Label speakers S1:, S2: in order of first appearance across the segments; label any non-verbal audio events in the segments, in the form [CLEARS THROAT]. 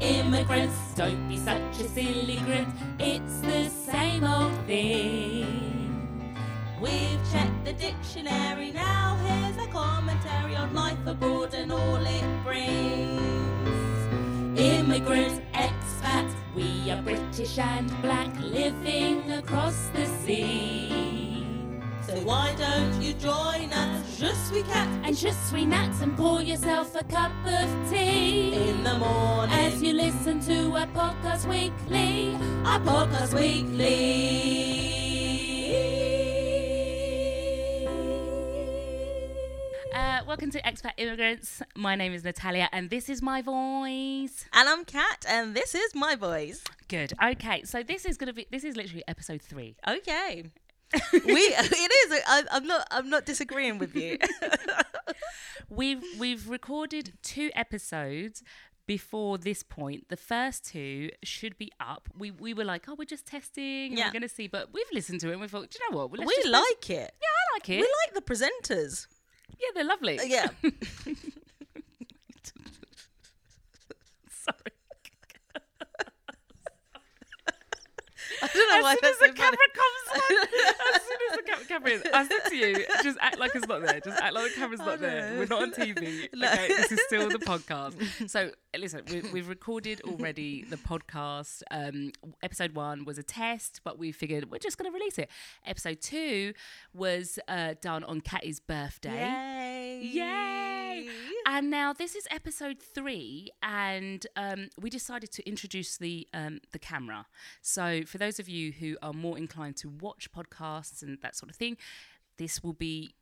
S1: immigrants. Don't be such a silly grit. It's the same old thing.
S2: We've checked the dictionary now. Here's a commentary on life abroad and all it brings.
S1: Immigrant expats, we are British and black, living across the sea.
S2: So why don't you join us? Je suis cat
S1: and je suis nat, and pour yourself a cup of tea
S2: in the morning
S1: as you listen to our podcast weekly.
S2: Our podcast weekly.
S1: Uh, welcome to Expat Immigrants. My name is Natalia, and this is my voice.
S2: And I'm Kat, and this is my voice.
S1: Good. Okay, so this is gonna be this is literally episode three.
S2: Okay. we
S1: [LAUGHS]
S2: it is. I, I'm not. I'm not disagreeing with you.
S1: we've we've recorded two episodes before this point. The first two should be up. We we were like, oh, we're just testing. Yeah. We're gonna see, but we've listened to it. and We thought, do you know what?
S2: Well, we like
S1: pres-
S2: it.
S1: Yeah, I like it.
S2: We like the
S1: [LAUGHS]
S2: presenters.
S1: Yeah, they're lovely.
S2: Uh, yeah.
S1: [LAUGHS] Sorry.
S2: I don't know
S1: as
S2: why
S1: soon
S2: that's
S1: as the
S2: so
S1: camera comes
S2: funny.
S1: on,
S2: [LAUGHS]
S1: as soon as the ca- camera is, I said to you, just act like it's not there. Just act like the camera's
S2: I
S1: not there.
S2: know.
S1: We're not on
S2: [LAUGHS]
S1: TV.
S2: No.
S1: Okay, this is still the
S2: [LAUGHS]
S1: podcast. So listen, we, we've recorded already the podcast. Um, episode one was a test, but we figured we're just going to release it. Episode two was uh, done on Katty's birthday.
S2: Yay!
S1: Yay! And now this is episode three, and um, we decided to introduce the um, the camera. So for those of you who are more inclined to watch podcasts and that sort of thing, this will be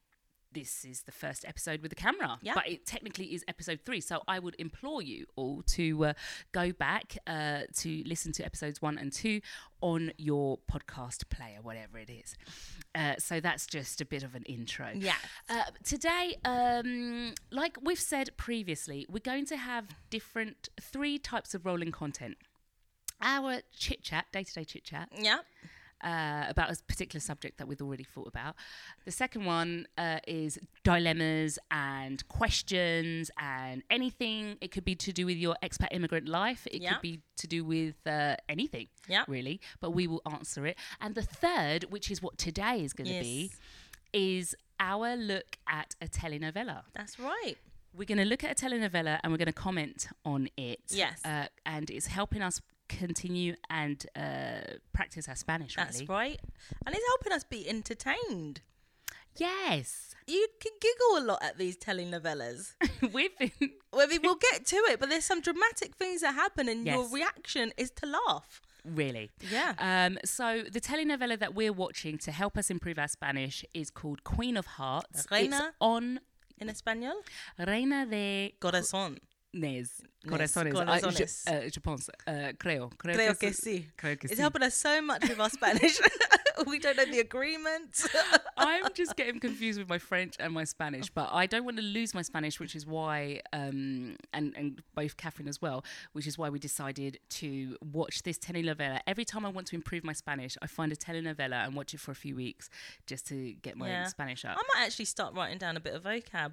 S1: this is the first episode with the camera.
S2: Yeah.
S1: But it technically is episode three. So I would implore you all to uh, go back uh, to listen to episodes one and two on your podcast player, whatever it is. Uh, so that's just a bit of an intro.
S2: Yeah.
S1: Uh, today, um, like we've said previously, we're going to have different three types of rolling content. Our chit chat, day to day chit chat,
S2: Yeah.
S1: uh, about a particular subject that we've already thought about. The second one uh, is dilemmas and questions and anything. It could be to do with your expat immigrant life. It
S2: Yeah.
S1: could be to do with uh, anything,
S2: Yeah.
S1: really. But we will answer it. And the third, which is what today is going to
S2: Yes.
S1: be, is our look at a telenovela.
S2: That's right.
S1: We're going to look at a telenovela and we're going to comment on it.
S2: Yes.
S1: Uh, and it's helping us continue and uh, practice our Spanish,
S2: That's
S1: really.
S2: right. And it's helping us be entertained.
S1: Yes. [LAUGHS]
S2: You can giggle a lot at these telenovelas.
S1: We've been.
S2: Well, we will get to it, but there's some dramatic things that happen, and your
S1: Yes.
S2: reaction is to laugh.
S1: Really.
S2: Yeah.
S1: Um, so the telenovela that we're watching to help us improve our Spanish is called Queen of Hearts. It's
S2: Reina.
S1: on
S2: In Espanol,
S1: Reina de
S2: corazón.
S1: Nes.
S2: Nes,
S1: Corazones. I- je-
S2: corazones.
S1: uh, je pense. Uh, creo. Creo,
S2: Creo que
S1: es-
S2: sí.
S1: Creo que
S2: It's
S1: sí.
S2: helping us so much with our Spanish. [LAUGHS] we don't know the [LAUGHS] agreements.
S1: I'm just getting confused with my French and my Spanish, but I don't want to lose my Spanish, which is why, um, and, and both Catherine as well, which is why we decided to watch this telenovela. Every time I want to improve my Spanish, I find a telenovela and watch it for a few weeks just to get my
S2: Yeah.
S1: Spanish up.
S2: I might actually start writing down a bit of vocab.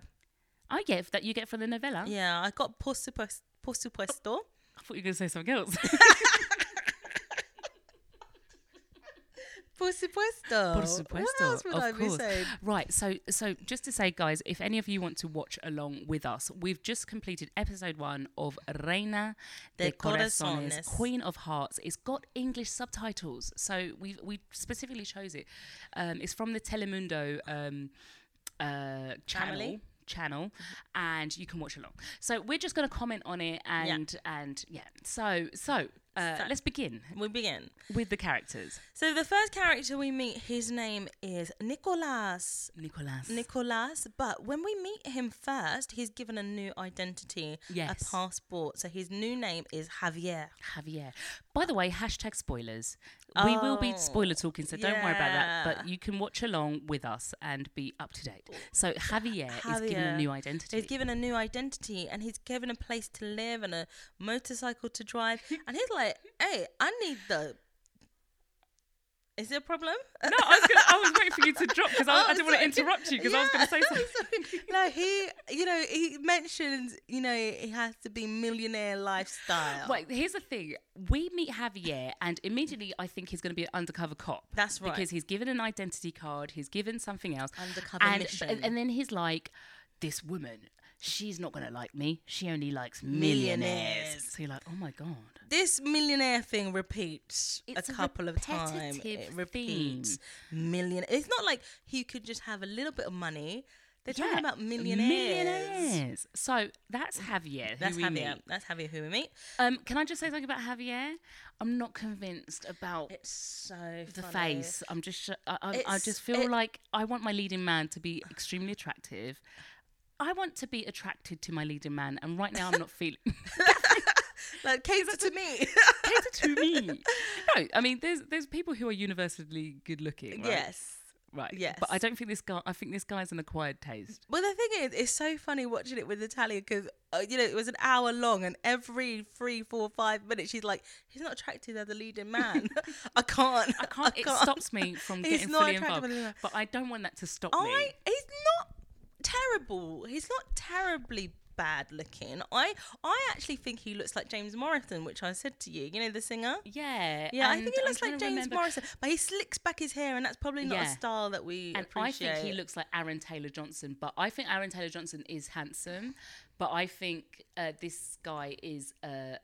S1: I get that you get from the novella.
S2: Yeah, I got por supuesto. Por supuesto.
S1: I thought you were going to say something else.
S2: Por supuesto.
S1: Por supuesto,
S2: What else would
S1: of
S2: I
S1: course.
S2: be saying?
S1: Right, so so just to say, guys, if any of you want to watch along with us, we've just completed episode one of Reina de,
S2: De
S1: Corazones,
S2: Corazones.
S1: Queen of Hearts. It's got English subtitles, so we we specifically chose it. Um, it's from the Telemundo um, uh, channel.
S2: Family.
S1: Channel, and you can watch along. So we're just going to comment on it, and and Mm-hmm. yeah. So so, uh,
S2: So-
S1: let's begin
S2: We begin.
S1: with the characters.
S2: So the first character we meet, his name is Nicolas.
S1: Nicolas.
S2: Nicolas, but when we meet him first, he's given a new identity, a
S1: Yes.
S2: passport. So his new name is Javier.
S1: Javier. By the way, hashtag spoilers. We will be
S2: Oh,
S1: spoiler talking, so don't worry about that. But
S2: yeah.
S1: you can watch along with us and be up to date. So Javier, is given a
S2: Javier.
S1: new identity.
S2: He's given a new identity and he's given a place to live and a
S1: [LAUGHS]
S2: motorcycle to drive. and he's like, hey, I need the Is it a problem?
S1: No, I was gonna, I was waiting for you to drop because I,
S2: [LAUGHS] Oh,
S1: I didn't want to
S2: sorry.
S1: interrupt you because I was going to say something.
S2: [LAUGHS] no, he, you know, he mentioned, you know, it has to be millionaire lifestyle.
S1: Wait, here's the thing. We meet Javier, and immediately I think he's going to be an undercover cop.
S2: That's right.
S1: Because he's given an identity card, he's given something else.
S2: Undercover
S1: and,
S2: mission.
S1: And, and then he's like, this woman, she's not going to like me. She only likes millionaires.
S2: Millionaires.
S1: So you're like, oh my God.
S2: This millionaire thing repeats
S1: It's
S2: a
S1: a
S2: couple of times. It
S1: repetitive
S2: repeats. Million. It's not like he could just have a little bit of money. They're talking
S1: Yeah,
S2: about millionaires.
S1: Millionaires. So that's Javier. who
S2: That's
S1: we
S2: Javier.
S1: meet.
S2: That's Javier who we meet.
S1: Um, can I just say something about Javier? I'm not convinced about
S2: It's so
S1: the
S2: funny.
S1: face. I'm just. sh- I, I, I
S2: It's-
S1: just feel
S2: it-
S1: like I want my leading man to be extremely attractive. I want to be attracted to my leading man, and right now I'm not feeling [LAUGHS]
S2: Like cater to me.
S1: cater to me. No, I mean there's there's people who are universally good looking. Right?
S2: Yes.
S1: right.
S2: yes.
S1: but I don't think this guy. I think this guy's an acquired taste.
S2: Well, the thing is, it's so funny watching it with Natalia because uh, you know it was an hour long, and every three, four, five minutes, she's like, "He's not attracted as the leading
S1: [LAUGHS]
S2: man. [LAUGHS] I can't.
S1: I can't. it stops me from
S2: Oh, [LAUGHS] He's
S1: getting
S2: not
S1: fully
S2: attractive
S1: involved.
S2: enough.
S1: But I don't want that to stop
S2: I.
S1: me.
S2: He's not terrible. He's not terribly bad looking. I. I actually think he looks like James Morrison, which I said to you. You know the singer.
S1: Yeah.
S2: Yeah, I
S1: and
S2: think he
S1: I'm
S2: looks
S1: trying
S2: like
S1: to
S2: James
S1: remember-
S2: Morrison, but he slicks back his hair, and that's probably not a
S1: Yeah.
S2: style that we
S1: And
S2: appreciate.
S1: I think he looks like Aaron Taylor Johnson, but I think Aaron Taylor Johnson is handsome, but I think uh, this guy is a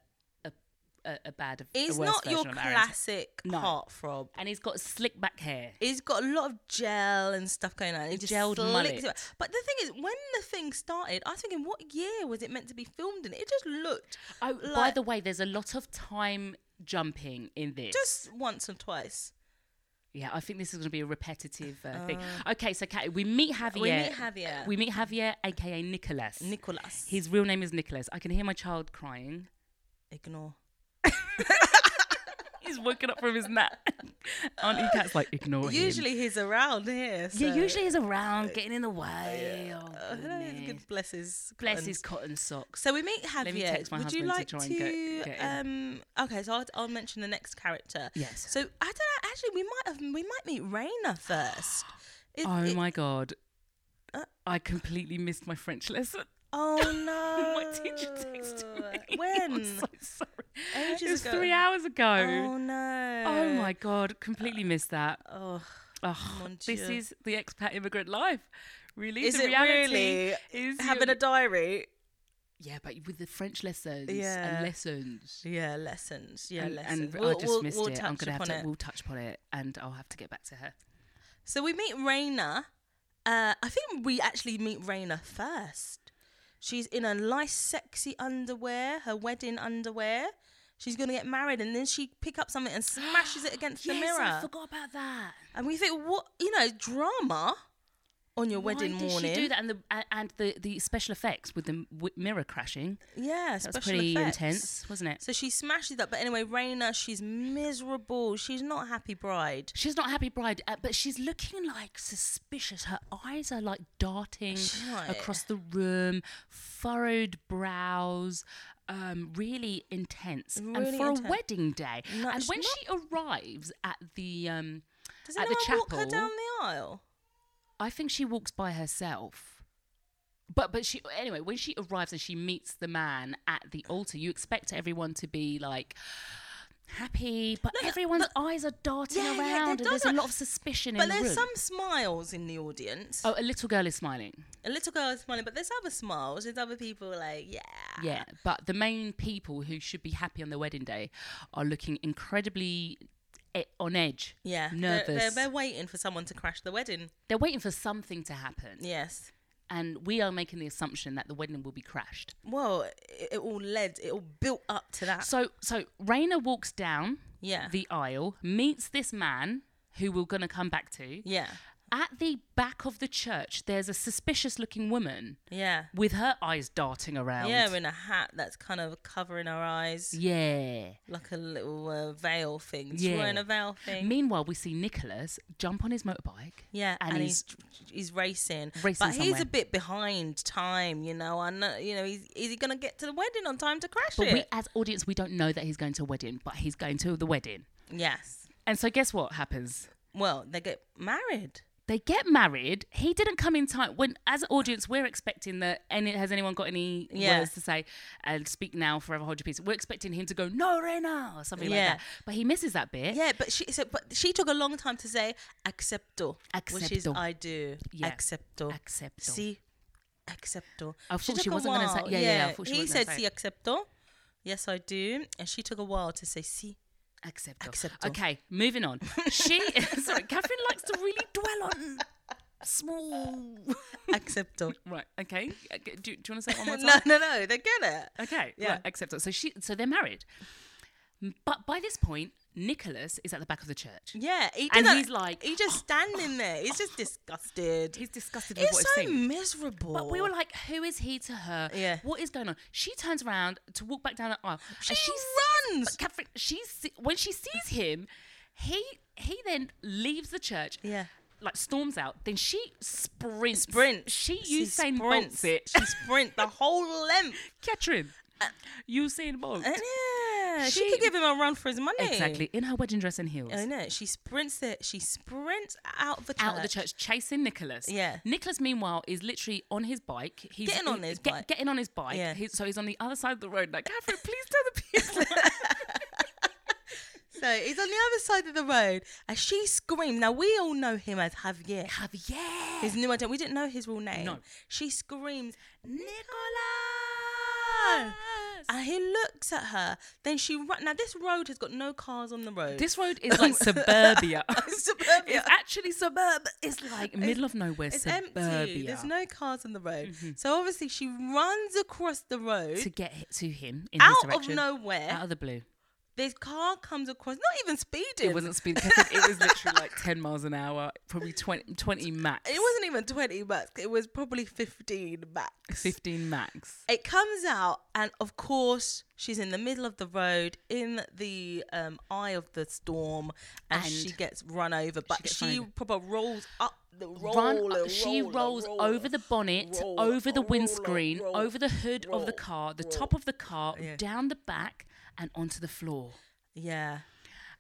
S1: a, a, a bad. a
S2: He's
S1: worse
S2: not your
S1: version of Aaron Ta-
S2: classic
S1: No.
S2: heartthrob.
S1: and he's got slick back hair.
S2: He's got a lot of gel and stuff going on. He just
S1: Gelled
S2: slicks
S1: mullet.
S2: it back. But the thing is, when the thing started, I was thinking, what year was it meant to be filmed in? It just looked
S1: Oh, by
S2: like-
S1: the way, there's a lot of time jumping in this.
S2: just once or twice.
S1: yeah, I think this is going to be a repetitive uh, thing. Okay, so Kat, we meet Javier.
S2: We meet Javier.
S1: We meet Javier, aka Nicholas.
S2: Nicholas.
S1: His real name is Nicholas. I can hear my child crying.
S2: Ignore.
S1: He's woken up from his nap. [LAUGHS] Auntie Cat's like, ignore him.
S2: Usually he's around here. So.
S1: Yeah,
S2: [LAUGHS]
S1: usually he's around, getting in the way. Oh,
S2: Uh,
S1: goodness.
S2: good bless his.
S1: Bless
S2: cotton.
S1: his cotton socks.
S2: So we meet Javier.
S1: me text my
S2: Would you like
S1: husband to
S2: to?
S1: try and get- get
S2: um, okay, so I'll, I'll mention the next character.
S1: Yes.
S2: So I don't know. Actually, we might have. We might meet Raina first. It-
S1: Oh
S2: it- Uh,
S1: my god. I completely missed my French lesson.
S2: [LAUGHS]
S1: [LAUGHS]
S2: Oh no!
S1: My teacher [LAUGHS] texted me. I'm
S2: Oh, uh, When?
S1: so sorry.
S2: Ages
S1: it was
S2: ago.
S1: three hours ago.
S2: Oh no!
S1: Oh. my god, completely missed that.
S2: Oh,
S1: Oh,
S2: mon
S1: this
S2: Dieu.
S1: is the expat immigrant life. Really,
S2: is
S1: the
S2: it
S1: reality
S2: really
S1: is
S2: having
S1: your-
S2: a diary?
S1: yeah, but with the French lessons
S2: Yeah.
S1: and lessons.
S2: Yeah, lessons. Yeah,
S1: And,
S2: lessons.
S1: and I just missed it. I'm gonna have to. We'll touch upon it, and I'll have to get back to her.
S2: So we meet Raina. Uh, I think we actually meet Raina first. She's in a nice, sexy underwear, her wedding underwear. She's gonna get married, and then she pick up something and smashes it against the
S1: I
S2: mirror.
S1: forgot about that.
S2: And we think, what you know, drama on your wedding
S1: Why did
S2: morning.
S1: she do that? And the a- and the, the special effects with the m- w- mirror crashing.
S2: Yeah,
S1: That
S2: special
S1: was pretty
S2: effects.
S1: intense, wasn't it?
S2: So she smashes that. But anyway, Raina, she's miserable. She's not a happy bride.
S1: She's not a happy bride, uh, but she's looking like suspicious. Her eyes are like darting
S2: She's like-
S1: across the room, furrowed brows, um, really intense.
S2: Really
S1: and for
S2: intense.
S1: a wedding day,
S2: No,
S1: and
S2: she's
S1: when
S2: not-
S1: she arrives at the, um,
S2: Does
S1: At the
S2: anyone walk her
S1: chapel-
S2: down the aisle?
S1: I think she walks by herself. But but she anyway when she arrives and she meets the man at the altar, you expect everyone to be like happy, but
S2: No, no,
S1: everyone's eyes are darting
S2: Yeah, yeah,
S1: around,
S2: they're
S1: and there's a
S2: darting-
S1: lot of suspicion
S2: But
S1: in the
S2: there's
S1: room.
S2: some smiles in the audience.
S1: Oh, a little girl is smiling.
S2: A little girl is smiling, but there's other smiles. There's other people like, yeah.
S1: Yeah, but the main people who should be happy on their wedding day are looking incredibly e- on edge.
S2: Yeah.
S1: nervous.
S2: They're, they're, they're waiting for someone to crash the wedding.
S1: They're waiting for something to happen,
S2: Yes.
S1: and we are making the assumption that the wedding will be crashed.
S2: Well, it, it all led, it all built up to that.
S1: So so Raina walks down
S2: Yeah.
S1: the aisle, meets this man who we're gonna come back to.
S2: yeah.
S1: At the back of the church, there's a suspicious looking woman
S2: Yeah.
S1: with her eyes darting around.
S2: Yeah, in a hat that's kind of covering her eyes,
S1: Yeah.
S2: like a little uh, veil thing. She's
S1: Yeah.
S2: wearing a veil thing.
S1: Meanwhile, we see Nicholas jump on his motorbike.
S2: yeah,
S1: and
S2: and, he's
S1: he's-
S2: he's racing,
S1: Racing
S2: but he's
S1: somewhere.
S2: a bit behind time, you know. I know, you know, he's, is he gonna get to the wedding on time to crash
S1: But we,
S2: it?
S1: as audience, we don't know that he's going to a wedding, but he's going to the wedding.
S2: yes,
S1: And so guess what happens?
S2: Well, they get married.
S1: They get married. He didn't come in time. When as audience, we're expecting that. Any has anyone got any
S2: Yeah.
S1: words to say? And speak now, forever hold your peace. We're expecting him to go no Rena or something
S2: Yeah.
S1: like that. But he misses that bit.
S2: Yeah, but she so, but she took a long time to say accepto, which is
S1: Accepto.
S2: I do.
S1: Yeah.
S2: Accepto.
S1: Accepto.
S2: See, accepto.
S1: I thought she wasn't gonna say- yeah, yeah, I thought she
S2: he
S1: wasn't
S2: said
S1: gonna
S2: si accepto. Yes, I do. And she took a while to
S1: [LAUGHS]
S2: say si.
S1: Acceptable.
S2: Acceptable.
S1: Okay, moving on.
S2: [LAUGHS]
S1: She [LAUGHS] sorry, Catherine likes to really dwell on small. [LAUGHS]
S2: [LAUGHS] Accepto.
S1: Right. Okay. Uh, g- Do, do you want to say it
S2: [LAUGHS]
S1: one more time?
S2: no, no, no. They get it.
S1: Okay.
S2: Yeah.
S1: Right, acceptable. So she. So they're married. M- But by this point, Nicholas is at the back of the church.
S2: Yeah, he
S1: And
S2: didn't-
S1: he's like-
S2: he's
S1: [GASPS]
S2: just standing there. He's just disgusted.
S1: He's disgusted with
S2: He's
S1: what
S2: so
S1: he's seen.
S2: miserable.
S1: But we were like, who is he to her?
S2: Yeah.
S1: What is going on? She turns around to walk back down the aisle.
S2: she,
S1: and she
S2: runs.
S1: But Catherine, she se- when she sees him, he he then leaves the church.
S2: Yeah.
S1: Like storms out. Then she sprints.
S2: Sprint.
S1: She
S2: She
S1: Usain
S2: sprints.
S1: bolts it.
S2: She sprint the whole length.
S1: [LAUGHS] Catherine.
S2: Uh,
S1: Usain Bolt.
S2: And yeah, she,
S1: She-
S2: could give him a run for his money.
S1: Exactly. In her wedding dress and heels.
S2: I know. She sprints it. She sprints out of the church.
S1: out of the church chasing Nicholas.
S2: Yeah.
S1: Nicholas, meanwhile, is literally on his bike. He's
S2: Getting on his bike.
S1: Getting on his bike.
S2: Yeah.
S1: He's- so he's on the other side of the road. Like, Catherine, please tell the people.
S2: So he's on the other side of the road, and she screamed. Now we all know him as Javier.
S1: Javier.
S2: His new identity. We didn't know his real name.
S1: No.
S2: She screams,
S1: Nicholas.
S2: and he looks at her. Then she run. Now this road has got no cars on the road.
S1: This road [LAUGHS] is like suburbia.
S2: It's suburbia.
S1: [LAUGHS] It's actually suburb. It's like middle of nowhere
S2: It's
S1: suburbia. Mm-hmm.
S2: empty. There's no cars on the road. So obviously she runs across the road
S1: to get hi- to him in his
S2: out of
S1: direction.
S2: nowhere.
S1: Out of the blue.
S2: this car comes across, not even speeding.
S1: It wasn't speed. it [LAUGHS] was literally like 10 miles an hour, probably 20, 20 max.
S2: It wasn't even 20 max. It was probably 15 max.
S1: 15 max.
S2: It comes out, and of course, she's in the middle of the road in the um, eye of the storm, and,
S1: And
S2: she gets run over. But
S1: gets
S2: she,
S1: run over.
S2: proper rolls up the roll.
S1: Run- uh,
S2: roller,
S1: she
S2: roller,
S1: rolls
S2: roller,
S1: over the bonnet,
S2: roller,
S1: over the
S2: roller,
S1: windscreen,
S2: roll,
S1: over the hood of
S2: roll,
S1: the car, the
S2: roll.
S1: top of the car,
S2: Yeah.
S1: down the back, and onto the floor.
S2: Yeah.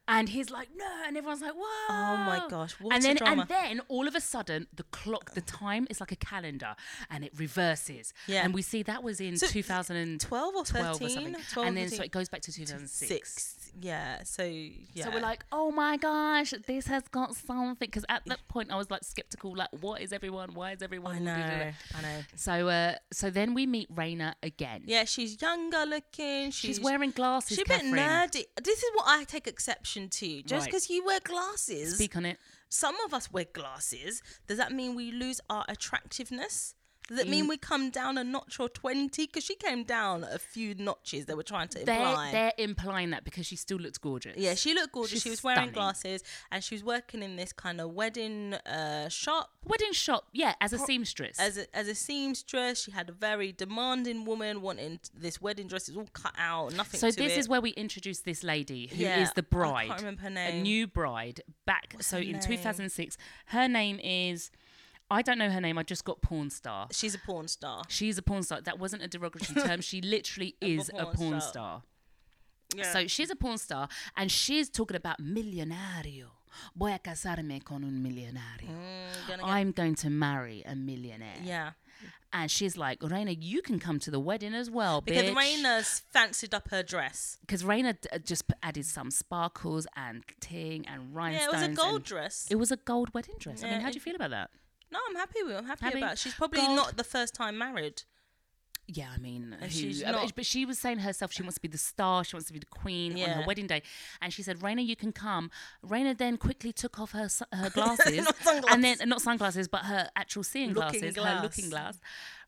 S1: And he's like, no, and everyone's like, whoa.
S2: Oh my gosh, what
S1: and
S2: a
S1: then,
S2: drama.
S1: And then all of a sudden, the clock, the time is like a calendar and it reverses.
S2: Yeah.
S1: And we see that was in
S2: So,
S1: 2012
S2: 12 or 13?
S1: or something.
S2: 12
S1: and then so
S2: 13,
S1: it goes back to 2006.
S2: six. Yeah. So, yeah.
S1: So we're like, oh my gosh, this has got something. Because at that point, I was like skeptical, like, what is everyone? Why is everyone?
S2: I
S1: all doing
S2: know.
S1: that?
S2: I know.
S1: So, uh, so then we meet Raina again.
S2: Yeah, she's younger looking.
S1: she's,
S2: She's,
S1: wearing glasses.
S2: She's a bit
S1: Catherine.
S2: nerdy. This is what I take exception to. Just
S1: Right.
S2: because you wear glasses,
S1: Speak on it.
S2: some of us wear glasses. Does that mean we lose our attractiveness? Does it
S1: Mm.
S2: mean we come down a notch or 20? Because she came down a few notches they were trying to imply.
S1: They're, they're implying that because she still looks gorgeous.
S2: Yeah, she looked gorgeous.
S1: She's
S2: She was wearing
S1: stunning.
S2: glasses and she was working in this kind of wedding uh, shop
S1: Wedding shop, yeah, as a seamstress.
S2: as a, as a seamstress. She had a very demanding woman wanting this wedding dress. It's all cut out, nothing
S1: so
S2: to
S1: this
S2: it.
S1: is where we introduce this lady who is
S2: Yeah,
S1: the
S2: I
S1: bride.
S2: can't remember her
S1: A
S2: name.
S1: new bride back. so
S2: her
S1: in
S2: name?
S1: 2006, her name is. I don't know her name. I just got porn star.
S2: She's a porn star.
S1: She's a porn star. That wasn't a derogatory
S2: [LAUGHS]
S1: term. She literally is a
S2: porn
S1: porn
S2: star.
S1: star.
S2: Yeah.
S1: So she's a porn star and she's talking about millonario. Voy a casarme con un millonario.
S2: mm, gonna
S1: I'm going to marry a millionaire.
S2: yeah.
S1: And she's like, Raina, you can come to the wedding as well,
S2: Because
S1: bitch.
S2: Raina's fancied up her dress.
S1: Because Raina d- uh, just p- added some sparkles and ting and
S2: Yeah, it
S1: rhinestones.
S2: was a gold
S1: and-
S2: dress.
S1: It was a gold wedding dress. I
S2: Yeah,
S1: mean, how do
S2: it-
S1: you feel about that?
S2: No, I'm happy with. I'm happy,
S1: Happy?
S2: about. it. She's probably
S1: Gold.
S2: not the first time married.
S1: Yeah, I mean, who,
S2: she's
S1: I mean,
S2: not-
S1: but she was saying herself she wants to be the star, she wants to be the queen on
S2: Yeah.
S1: her wedding day, and she said, "Raina, you can come." Raina then quickly took off her su-
S2: [LAUGHS]
S1: her glasses, and then uh, not sunglasses, but her actual seeing
S2: Looking
S1: glasses,
S2: glass.
S1: her looking glass.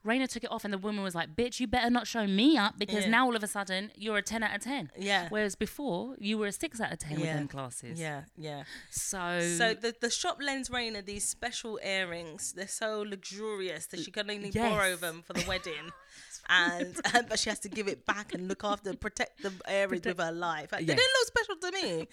S1: Raina took it off, and the woman was like, "Bitch, you better not show me up because
S2: Yeah.
S1: now all of a sudden you're a ten out of ten.
S2: Yeah.
S1: Whereas before you were a six out of ten with
S2: Yeah.
S1: them glasses.
S2: Yeah, yeah.
S1: So,
S2: So the, the shop lends Raina these special earrings. They're so luxurious that she can only
S1: Yes.
S2: borrow them for the
S1: [LAUGHS]
S2: wedding, and, and [LAUGHS] but she has to give it back and look after, protect the earrings with her life. Like, They
S1: Yes.
S2: didn't look special to me.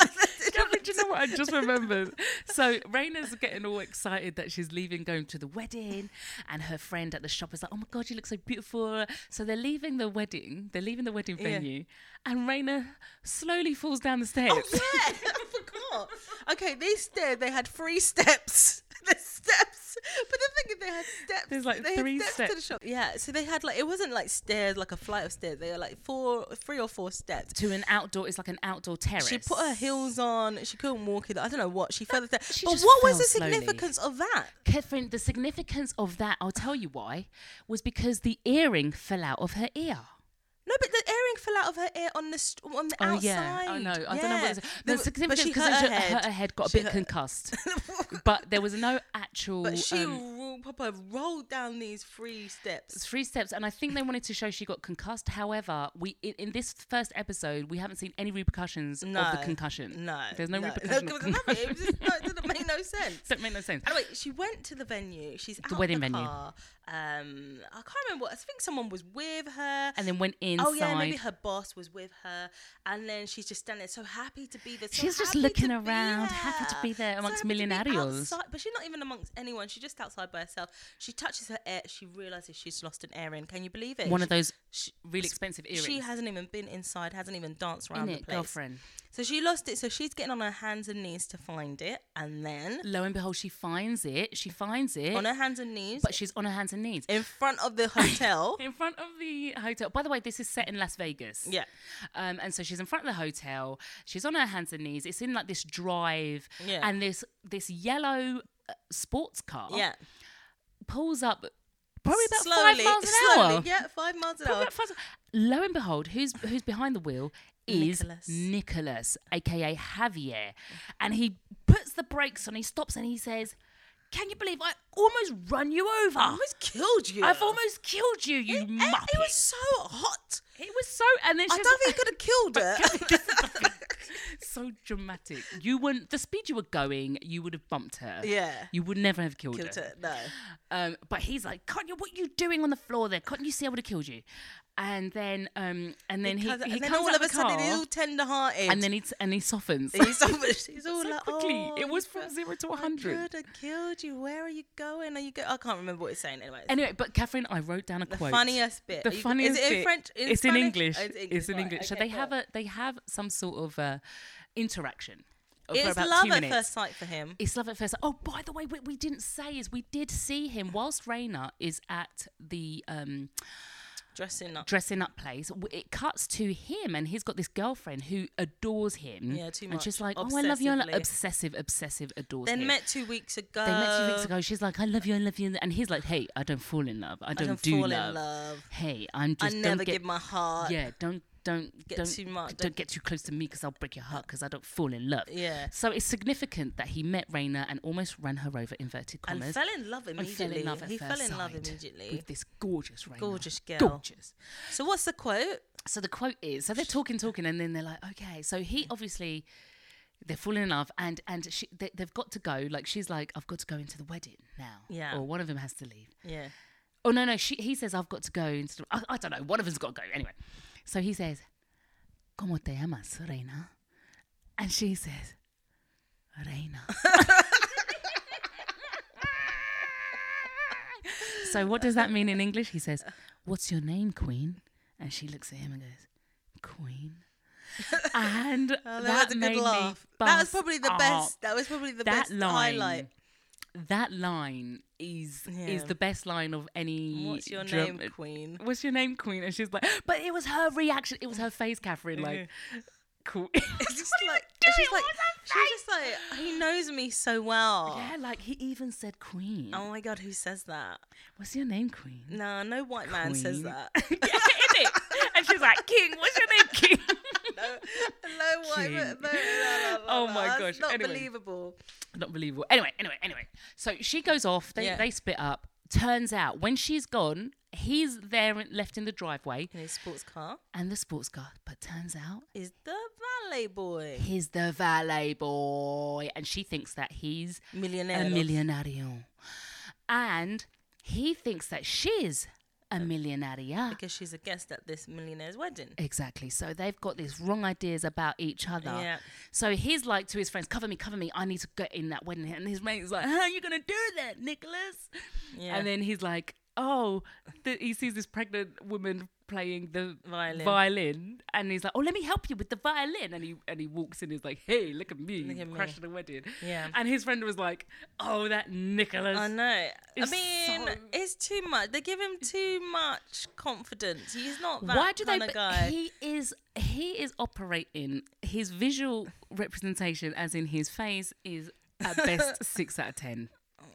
S2: [LAUGHS]
S1: Catherine, do you know what I just remembered? So Raina's getting all excited that she's leaving, going to the wedding, and her friend at the shop is like, "Oh my god, you look so beautiful!" So they're leaving the wedding.
S2: Oh, [LAUGHS]
S1: They're leaving the wedding venue, and Raina slowly falls down the stairs.
S2: yeah, I forgot. not. Okay, they said they had three steps. [LAUGHS] the steps. But the thing is, they had steps.
S1: There's, like,
S2: they had
S1: three
S2: to the
S1: steps.
S2: shop. Yeah, so they had like, it wasn't like stairs, like a flight of stairs. They were like four, three or four steps.
S1: to an outdoor. It's like an outdoor terrace.
S2: She put her heels on. She couldn't walk it. I don't know what. She fell down.
S1: she
S2: But
S1: just
S2: what was
S1: fell
S2: the
S1: slowly.
S2: significance of that?
S1: Catherine, the significance of that, I'll tell you why, was because the earring fell out of her ear.
S2: No, but the eering fell out of her ear on the st- on the outside.
S1: Oh, yeah, I know. I don't know what
S2: Yeah.
S1: it's,
S2: There
S1: the
S2: wa-
S1: significance
S2: she
S1: because
S2: hurt
S1: her,
S2: her head.
S1: her head got a
S2: She
S1: bit
S2: hurt-
S1: concussed, but there was no actual. [LAUGHS]
S2: But [LAUGHS] she
S1: um,
S2: ro- proper rolled down these three steps.
S1: three steps, and I think they wanted to show she got concussed. However, we in, in this first episode we haven't seen any repercussions of
S2: No,
S1: the concussion.
S2: No, [LAUGHS]
S1: there's no,
S2: There
S1: repercussion.
S2: was
S1: Of
S2: nothing.
S1: concussion.
S2: It, was
S1: [LAUGHS]
S2: just, no, it didn't make no sense.
S1: Don't make no sense.
S2: Anyway, she went to the venue. She's out
S1: wedding
S2: the
S1: venue.
S2: Car. Um, I can't remember. What, I think someone was with her.
S1: And then went inside.
S2: Oh yeah, maybe her boss was with her, and then she's just standing there, so happy to be there. so
S1: She's just
S2: happy to
S1: looking
S2: be
S1: around, happy to
S2: there,
S1: be there
S2: so
S1: amongst
S2: happy to be
S1: millonarios.
S2: outside- But she's not even amongst anyone. She's just outside by herself. She touches her ear. She realizes she's lost an earring. Can you believe it?
S1: one of
S2: She-
S1: those
S2: she-
S1: really expensive earrings.
S2: She hasn't even been inside. Hasn't even danced around
S1: in
S2: the
S1: it,
S2: place.
S1: girlfriend.
S2: So she lost it. So she's getting on her hands and knees to find it, and then
S1: Lo and behold, she finds it. She finds it,
S2: on her hands and knees
S1: but she's on her hands and knees
S2: in front of
S1: [LAUGHS]
S2: the hotel.
S1: in front of the hotel. By the way, this is set in Las Vegas.
S2: yeah,
S1: Um, and so she's in front of the hotel. She's on her hands and knees. It's in like this drive,
S2: Yeah.
S1: and this this yellow uh, sports car
S2: yeah.
S1: pulls up probably about
S2: slowly,
S1: five miles an
S2: slowly,
S1: hour.
S2: Yeah, five miles an
S1: Probably
S2: hour.
S1: about five miles- Lo and behold, who's who's behind the wheel is
S2: Nicholas.
S1: Nicholas, aka Javier, and he puts the brakes on. He stops and he says, "Can you believe I almost run you over?"
S2: almost killed you.
S1: I've almost killed you, you
S2: Oh, It, it-
S1: muppet.
S2: it was so hot.
S1: so. And then
S2: I
S1: she's
S2: don't think he could have killed [LAUGHS] her.
S1: so dramatic. You wouldn't. The speed you were going, you would have bumped her.
S2: yeah.
S1: You would never have killed,
S2: Killed
S1: her.
S2: her. No.
S1: Um, but he's like, "Can't you? What are you doing on the floor there? Can't you see I would have killed you?" And then, um, and then
S2: Because-
S1: he, he
S2: and then
S1: comes
S2: all
S1: out
S2: of a
S1: the
S2: sudden, he's
S1: car,
S2: all tender hearted.
S1: and then he and he softens.
S2: [LAUGHS] he's all, [LAUGHS] he's
S1: [LAUGHS]
S2: all
S1: so
S2: like,
S1: quickly.
S2: Oh,
S1: it was from zero to
S2: I could
S1: 100.
S2: have killed you. Where are you going? Are you go- I can't remember what it's saying. Anyway, it's
S1: Anyway, but Catherine, I wrote down a
S2: the
S1: quote.
S2: funniest bit.
S1: The
S2: Are you-
S1: funniest
S2: Is it in
S1: bit-
S2: French? In
S1: it's in
S2: Spanish?
S1: English.
S2: Oh,
S1: It's in
S2: right,
S1: English. so
S2: okay,
S1: they have
S2: cool.
S1: a they have some sort of uh, interaction
S2: It's
S1: for about
S2: love
S1: two minutes.
S2: at first sight for him.
S1: It's love at first. Oh, by the way, what we didn't say is we did see him whilst Raina is at the um,
S2: Dressing up.
S1: dressing up place. w- It cuts to him, and he's got this girlfriend who adores him.
S2: Yeah, too
S1: And she's
S2: much.
S1: like, "Oh, I love you." I lo-
S2: Obsessively.
S1: obsessive, obsessive, adores
S2: Then
S1: him.
S2: met uh, two weeks ago.
S1: they met two weeks ago. She's like, "I love you, I love you," and he's like, "Hey, I don't fall in love. I don't,
S2: don't
S1: do
S2: fall in
S1: love.
S2: love.
S1: Hey, I'm
S2: I
S1: just don't
S2: never
S1: get,
S2: give my heart.
S1: yeah, don't don't
S2: Uh, Get
S1: don't,
S2: too much,
S1: Don't,
S2: don't-
S1: get too close to me because I'll break your heart because I don't fall in love.
S2: Yeah.
S1: So it's significant that he met Raina and almost ran her over inverted
S2: and
S1: commas.
S2: fell in love
S1: and
S2: immediately.
S1: fell in love at
S2: he
S1: first
S2: fell in love
S1: sight
S2: immediately.
S1: with this gorgeous Raina.
S2: Gorgeous girl.
S1: Gorgeous.
S2: So what's the quote?
S1: So the quote is so they're talking, talking, and then they're like, okay. So he
S2: Mm.
S1: obviously they're falling in love, and and she, they, they've got to go. Like she's like, I've got to go into the wedding now.
S2: Yeah.
S1: Or one of them has to leave.
S2: Yeah.
S1: Oh no, no. She, he says I've got to go. Instead, I, I don't know. One of them's got to go anyway. So he says, "Cómo te llamas, Reina?" And she says, "Reina." so what does that mean in English? He says, "What's your name, Queen?" And she looks at him and goes, "Queen." And
S2: [LAUGHS] Oh,
S1: that
S2: that, was a
S1: made
S2: good
S1: me
S2: laugh. That was
S1: bust
S2: probably the
S1: up
S2: best. That was probably the
S1: that
S2: best
S1: line
S2: highlight.
S1: that line is is
S2: Yeah.
S1: the best line of any
S2: What's your
S1: drum-
S2: name, Queen?
S1: what's your name queen and she's like but it was her reaction it was her face catherine like [LAUGHS] cool
S2: It's just like she's like she's just like he knows me so well.
S1: yeah like he even said queen
S2: Oh my god, who says that?
S1: what's your name queen
S2: No, no white man says
S1: Queen.
S2: that.
S1: [LAUGHS]
S2: [LAUGHS]
S1: yeah, is it? and she's like king what's your name king
S2: no, no white man.
S1: King.
S2: No, no, no, no,
S1: Oh
S2: no,
S1: my
S2: that's
S1: gosh,
S2: not
S1: anyway.
S2: believable.
S1: [LAUGHS] not believable anyway anyway anyway so she goes off they,
S2: Yeah.
S1: they spit up turns out when she's gone he's there and left in the driveway
S2: In his sports car
S1: and the sports car but turns out
S2: is the valet boy
S1: he's the valet boy and she thinks that he's
S2: millionaire.
S1: a
S2: love.
S1: millionario and he thinks that she's a millionaria
S2: because she's a guest at this millionaire's wedding.
S1: exactly so they've got these wrong ideas about each other
S2: Yeah.
S1: so he's like to his friends cover me cover me i need to get in that wedding and his mate's like how are you gonna do that nicholas
S2: Yeah.
S1: and then he's like oh, the, he sees this pregnant woman playing the
S2: Violin.
S1: violin, and he's like, oh, let me help you with the violin, and he and he walks in, he's like, hey, look at me,
S2: Look at me.
S1: crashing a wedding,
S2: Yeah.
S1: and his friend was like, oh, that Nicholas,
S2: I know.
S1: It's
S2: I mean,
S1: so-
S2: it's too much. They give him too much confidence. He's not that
S1: Why do
S2: kind
S1: they?
S2: of
S1: but
S2: guy.
S1: He is he is operating his visual representation, as in his face, is
S2: [LAUGHS]
S1: at best six out of ten,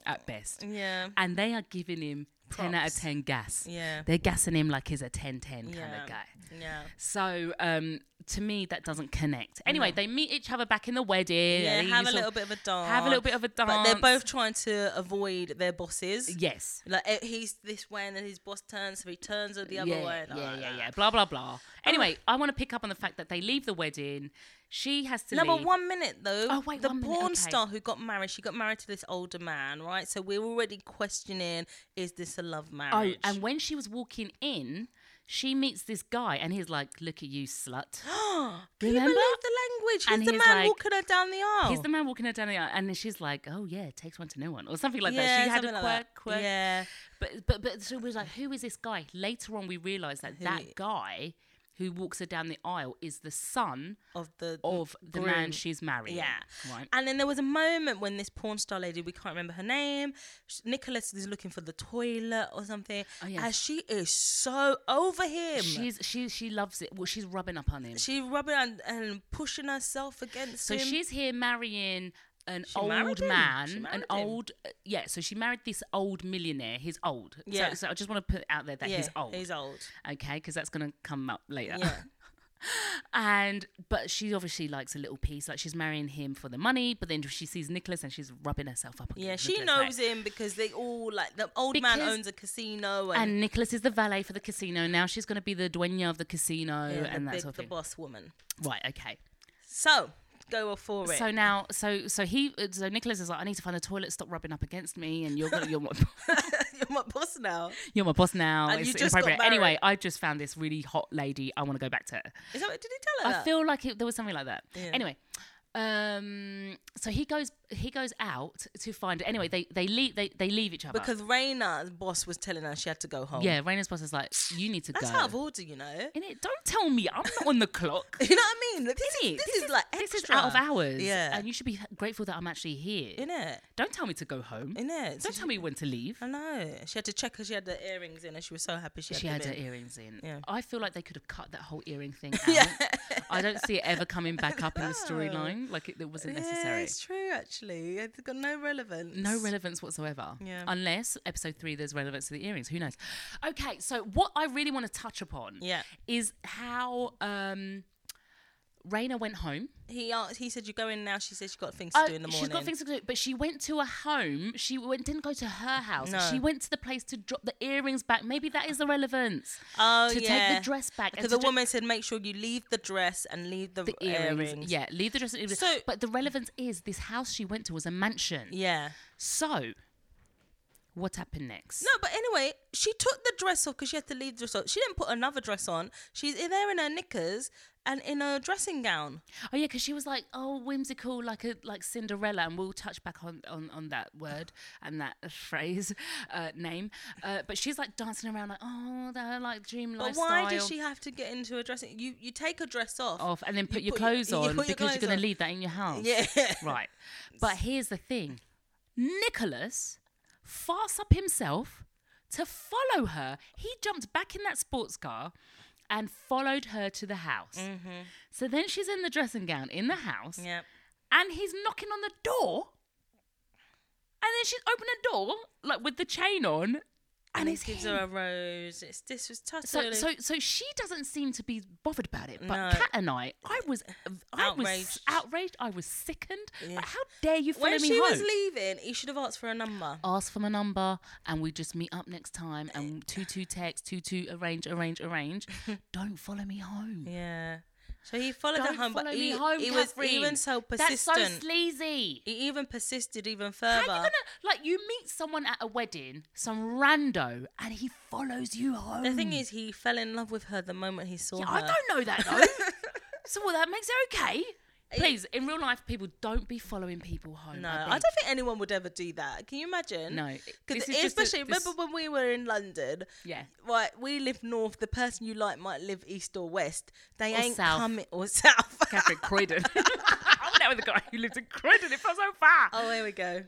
S1: at best,
S2: yeah.
S1: and they are giving him ten out of
S2: Props.
S1: ten gas.
S2: Yeah.
S1: They're gassing him like he's a 10 10 kind
S2: Yeah.
S1: of guy.
S2: Yeah.
S1: So um, to me, that doesn't connect. Anyway, they meet each other back in the wedding.
S2: Yeah,
S1: They
S2: have a
S1: sort
S2: little bit of a dance.
S1: have a little bit of a dance.
S2: But they're both trying to avoid their bosses.
S1: yes.
S2: Like eh, he's this way, and then his boss turns, so he turns the other
S1: yeah,
S2: way.
S1: Yeah,
S2: like
S1: yeah,
S2: that. Oh.
S1: yeah, Blah blah blah. Anyway, I want to pick up on the fact that they leave the wedding. She has to
S2: No,
S1: leave.
S2: but one minute though.
S1: Oh, wait,
S2: the
S1: one minute,
S2: porn
S1: okay.
S2: star who got married, she got married to this older man, right? So we're already questioning: is this a love
S1: Oh,
S2: marriage?
S1: and when she was walking in, she meets this guy, and he's like, "Look at you, slut." [GASPS]
S2: [GASPS] Can you
S1: remember?
S2: believe the language? He's
S1: And
S2: the
S1: he's
S2: man
S1: like-
S2: walking her down the aisle.
S1: He's the man walking her down the aisle, and she's like, "Oh yeah, it takes one to know one," or something like
S2: yeah,
S1: that. She had a
S2: something
S1: quirk,
S2: like that.
S1: quirk.
S2: Yeah,
S1: But but but so we was like, "Who is this guy?" Later on, we realised that
S2: Who-
S1: that guy who walks her down the aisle is the son
S2: of the
S1: of the
S2: groom.
S1: man she's marrying.
S2: Yeah.
S1: right.
S2: And then there was a moment when this porn star lady, we can't remember her name, sh- Nicholas is looking for the toilet or something.
S1: Oh, yes.
S2: And she is so over him.
S1: She's she she loves it. Well, she's rubbing up on him.
S2: she rubbing and, and pushing herself against
S1: So
S2: him.
S1: she's here marrying an
S2: She married
S1: old
S2: him.
S1: man,
S2: She
S1: an
S2: married him.
S1: old uh, yeah. So she married this old millionaire. He's old.
S2: Yeah.
S1: So, so I just want to put out there that
S2: yeah,
S1: he's old.
S2: He's old.
S1: okay, because that's gonna come up later.
S2: Yeah.
S1: [LAUGHS] and but she obviously likes a little piece. Like she's marrying him for the money, but then she sees Nicholas and she's rubbing herself up.
S2: Yeah,
S1: against
S2: she
S1: Nicholas, like-
S2: knows him because they all like the old man
S1: Because-
S2: owns a casino and,
S1: And Nicholas is the valet for the casino. Now she's going to be the dueña of the casino
S2: yeah, the
S1: and that
S2: big-
S1: sort of
S2: the
S1: thing.
S2: boss woman.
S1: Right, okay.
S2: So go for it.
S1: So now, so so he, uh, so Nicholas is like, I need to find a toilet. Stop rubbing up against me, and you're
S2: [LAUGHS]
S1: gonna, you're my,
S2: [LAUGHS] You're my boss now.
S1: you're my boss now.
S2: And
S1: it's
S2: you just got
S1: inappropriate.
S2: married.
S1: Anyway, I just found this really hot lady. I want to go back to her.
S2: Is that what did he tell her?
S1: I
S2: that?
S1: feel like it, there was something like that.
S2: Yeah.
S1: Anyway, um, so he goes, he goes out to find. Anyway, they they leave, they they leave each other
S2: because Raina's boss was telling her she had to go home.
S1: yeah, Raina's boss is like, you need to
S2: That's
S1: go.
S2: out of order, you know. [LAUGHS]
S1: and it don't tell me I'm not on the clock.
S2: You know what I mean? Like, This,
S1: Innit?
S2: is, this, is, like
S1: this
S2: extra.
S1: is out of hours.
S2: Yeah.
S1: and you should be grateful that I'm actually here.
S2: In it,
S1: Don't tell me to go home.
S2: in it.
S1: Don't tell me when to leave.
S2: I know. She had to check her. She had the earrings in, and she was so happy she had.
S1: She
S2: them
S1: had her
S2: in.
S1: earrings in.
S2: Yeah.
S1: I feel like they could have cut that whole earring
S2: [LAUGHS]
S1: thing out. I don't see it ever coming back up in the storyline. Like it, it wasn't
S2: Yeah,
S1: necessary.
S2: it's true. Actually, it's got no relevance.
S1: No relevance whatsoever.
S2: Yeah.
S1: Unless episode three, there's relevance to the earrings. Who knows? Okay, so what I really want to touch upon
S2: Yeah.
S1: is how um, Raina went home.
S2: He asked. He said, "You go in now." She said, "She got things
S1: Oh,
S2: to do in the morning."
S1: She's got things to do, but she went to a home. She went, didn't go to her house.
S2: No.
S1: She went to the place to drop the earrings back. Maybe that is the relevance.
S2: oh
S1: to
S2: yeah.
S1: take the dress back. and
S2: Because
S1: to
S2: the
S1: do-
S2: woman said, "Make sure you leave the dress and leave the,
S1: the
S2: earrings."
S1: earrings. Yeah, leave the dress and earrings.
S2: So-
S1: but the relevance is this house she went to was a mansion.
S2: Yeah.
S1: So, what happened next?
S2: No, but anyway, she took the dress off because she had to leave the dress off. She didn't put another dress on. She's in there in her knickers and in a dressing gown.
S1: Oh yeah, because she was like, oh, whimsical, like a like Cinderella, and we'll touch back on on, on that word and that [LAUGHS] phrase, uh, name. Uh, but she's like dancing around like, oh, that like dream
S2: But
S1: lifestyle.
S2: why does she have to get into a dressing? You you take a dress off.
S1: off and then put your
S2: put your-
S1: clothes
S2: you
S1: on
S2: put
S1: because
S2: your clothes
S1: you're going
S2: on.
S1: to leave that in your house.
S2: Yeah. [LAUGHS]
S1: Right. But here's the thing Nicholas fast up himself to follow her. He jumped back in that sports car and followed her to the house. So then she's in the dressing gown in the house
S2: Mm-hmm. Yeah.
S1: and he's knocking on the door. And then she's opened the door, like with the chain on, and
S2: And it
S1: it's
S2: gives
S1: him.
S2: her a rose. It's this was totally
S1: So, so, so she doesn't seem to be bothered about it. But
S2: No.
S1: Kat and I, I was, I was
S2: Outraged.
S1: outraged. I was sickened.
S2: Yeah.
S1: Like, how dare you follow
S2: when
S1: me
S2: she
S1: home?
S2: was leaving, he should have asked for a number.
S1: Ask for my number, and we just meet up next time.
S2: Eh,
S1: And two two text, two two arrange, arrange,
S2: [LAUGHS]
S1: arrange. Don't follow me home.
S2: Yeah. So he followed
S1: Don't
S2: her home,
S1: follow
S2: but
S1: me
S2: he,
S1: home,
S2: he was
S1: Catherine.
S2: even so
S1: That's so
S2: persistent.
S1: sleazy.
S2: he even persisted even
S1: How
S2: further.
S1: you gonna like you meet someone at a wedding, some rando, and he follows you home?
S2: the thing is, he fell in love with her the moment he saw
S1: Mm. Yeah,
S2: her. [LAUGHS]
S1: I don't know that though. so what that makes it okay. Please, in real life, people don't be following people home.
S2: No,
S1: I
S2: I
S1: beg.
S2: don't think anyone would ever do that. Can you imagine?
S1: No,
S2: Because
S1: this is just a-
S2: especially
S1: this-
S2: remember when we were in London, [LAUGHS]
S1: Yeah.
S2: right? We live north. The person you like might live east or west. They
S1: Or
S2: ain't
S1: south.
S2: coming or [LAUGHS] south.
S1: Catherine Croydon. [LAUGHS] I went out with a guy who lived in Croydon. It felt so far.
S2: oh, here we go.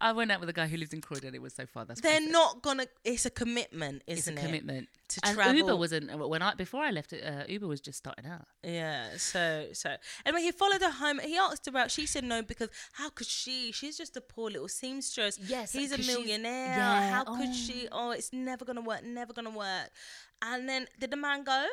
S1: I went out with a guy who lived in Croydon. It was so far. That's
S2: They're
S1: perfect.
S2: not gonna. It's a commitment,
S1: It's a
S2: isn't it?
S1: commitment
S2: To
S1: and Uber
S2: travel.
S1: wasn't when I before I left. Uh, Uber was just starting out.
S2: Yeah. So so anyway, he followed her home. He asked about. She said no because how could she? She's just a poor little seamstress.
S1: Yes,
S2: He's a
S1: 'cause she's-
S2: millionaire.
S1: yeah,
S2: How could
S1: oh.
S2: she? Oh, it's never gonna work. Never gonna work. And then did the man go?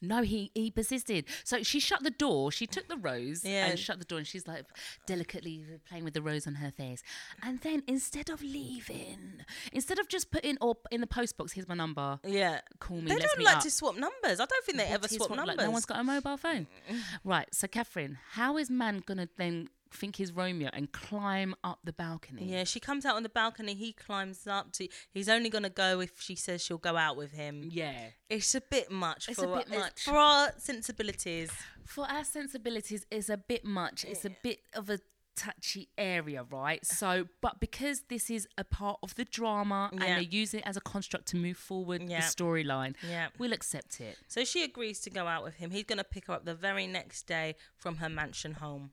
S1: No, he he persisted. So she shut the door. She took the rose
S2: Yeah.
S1: and shut the door, and she's like delicately playing with the rose on her face. And then instead of leaving, instead of just putting up in the postbox, here's my number.
S2: Yeah.
S1: Call me.
S2: They
S1: let's
S2: don't
S1: meet
S2: like
S1: up."
S2: to swap numbers. I don't think they
S1: What
S2: ever
S1: is
S2: swap
S1: what-
S2: numbers.
S1: Like, no one's got a mobile phone.
S2: [LAUGHS]
S1: right. So Catherine, how is man gonna then think he's Romeo and climb up the balcony?
S2: yeah, she comes out on the balcony. He climbs up to. He's only gonna go if she says she'll go out with him.
S1: Yeah.
S2: It's a bit much.
S1: It's a
S2: for
S1: bit much.
S2: for our sensibilities.
S1: for our sensibilities is a bit much it's a bit of a touchy area right so but because this is a part of the drama and
S2: Yeah.
S1: they use it as a construct to move forward
S2: Yeah.
S1: the storyline
S2: Yeah.
S1: we'll accept it
S2: So she agrees to go out with him. He's going to pick her up the very next day from her mansion home.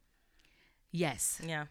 S1: yes
S2: Yeah.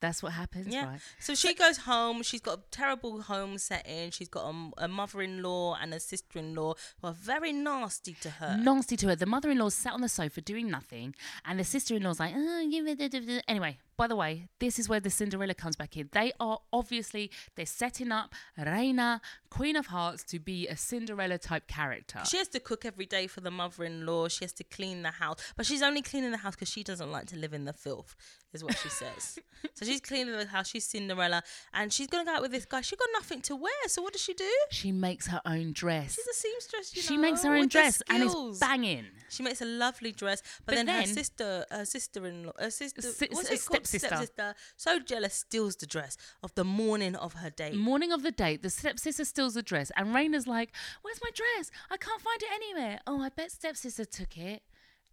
S1: that's what happens
S2: Yeah.
S1: right
S2: So she goes home. She's got a terrible home setting. She's got a, a mother in law and a sister in law who are very nasty to her.
S1: nasty to her the mother-in-law sat on the sofa doing nothing and the sister-in-law's like oh, you da- da- da." anyway by the way this is where the cinderella comes back in they are obviously they're setting up reina queen of hearts to be a cinderella type character
S2: She has to cook every day for the mother in law. She has to clean the house. But she's only cleaning the house because she doesn't like to live in the filth, is what she says.
S1: [LAUGHS]
S2: so she's cleaning the house. She's Cinderella. And she's going to go out with this guy. She's got nothing to wear. So what does she do?
S1: she makes her own dress
S2: She's a seamstress. You
S1: She makes her
S2: know,
S1: own
S2: with the
S1: dress and it's
S2: skills.
S1: banging.
S2: She makes a lovely dress,
S1: But
S2: but, then, her
S1: then-
S2: sister, her sister-in-law, her sister,
S1: Si-
S2: what's
S1: a
S2: it called?
S1: stepsister.
S2: Stepsister, so jealous, steals the dress of the morning of her date.
S1: Morning of the date, the stepsister steals the dress, and Raina's like, Where's my dress? I can't find it anywhere. Oh, I bet stepsister took it.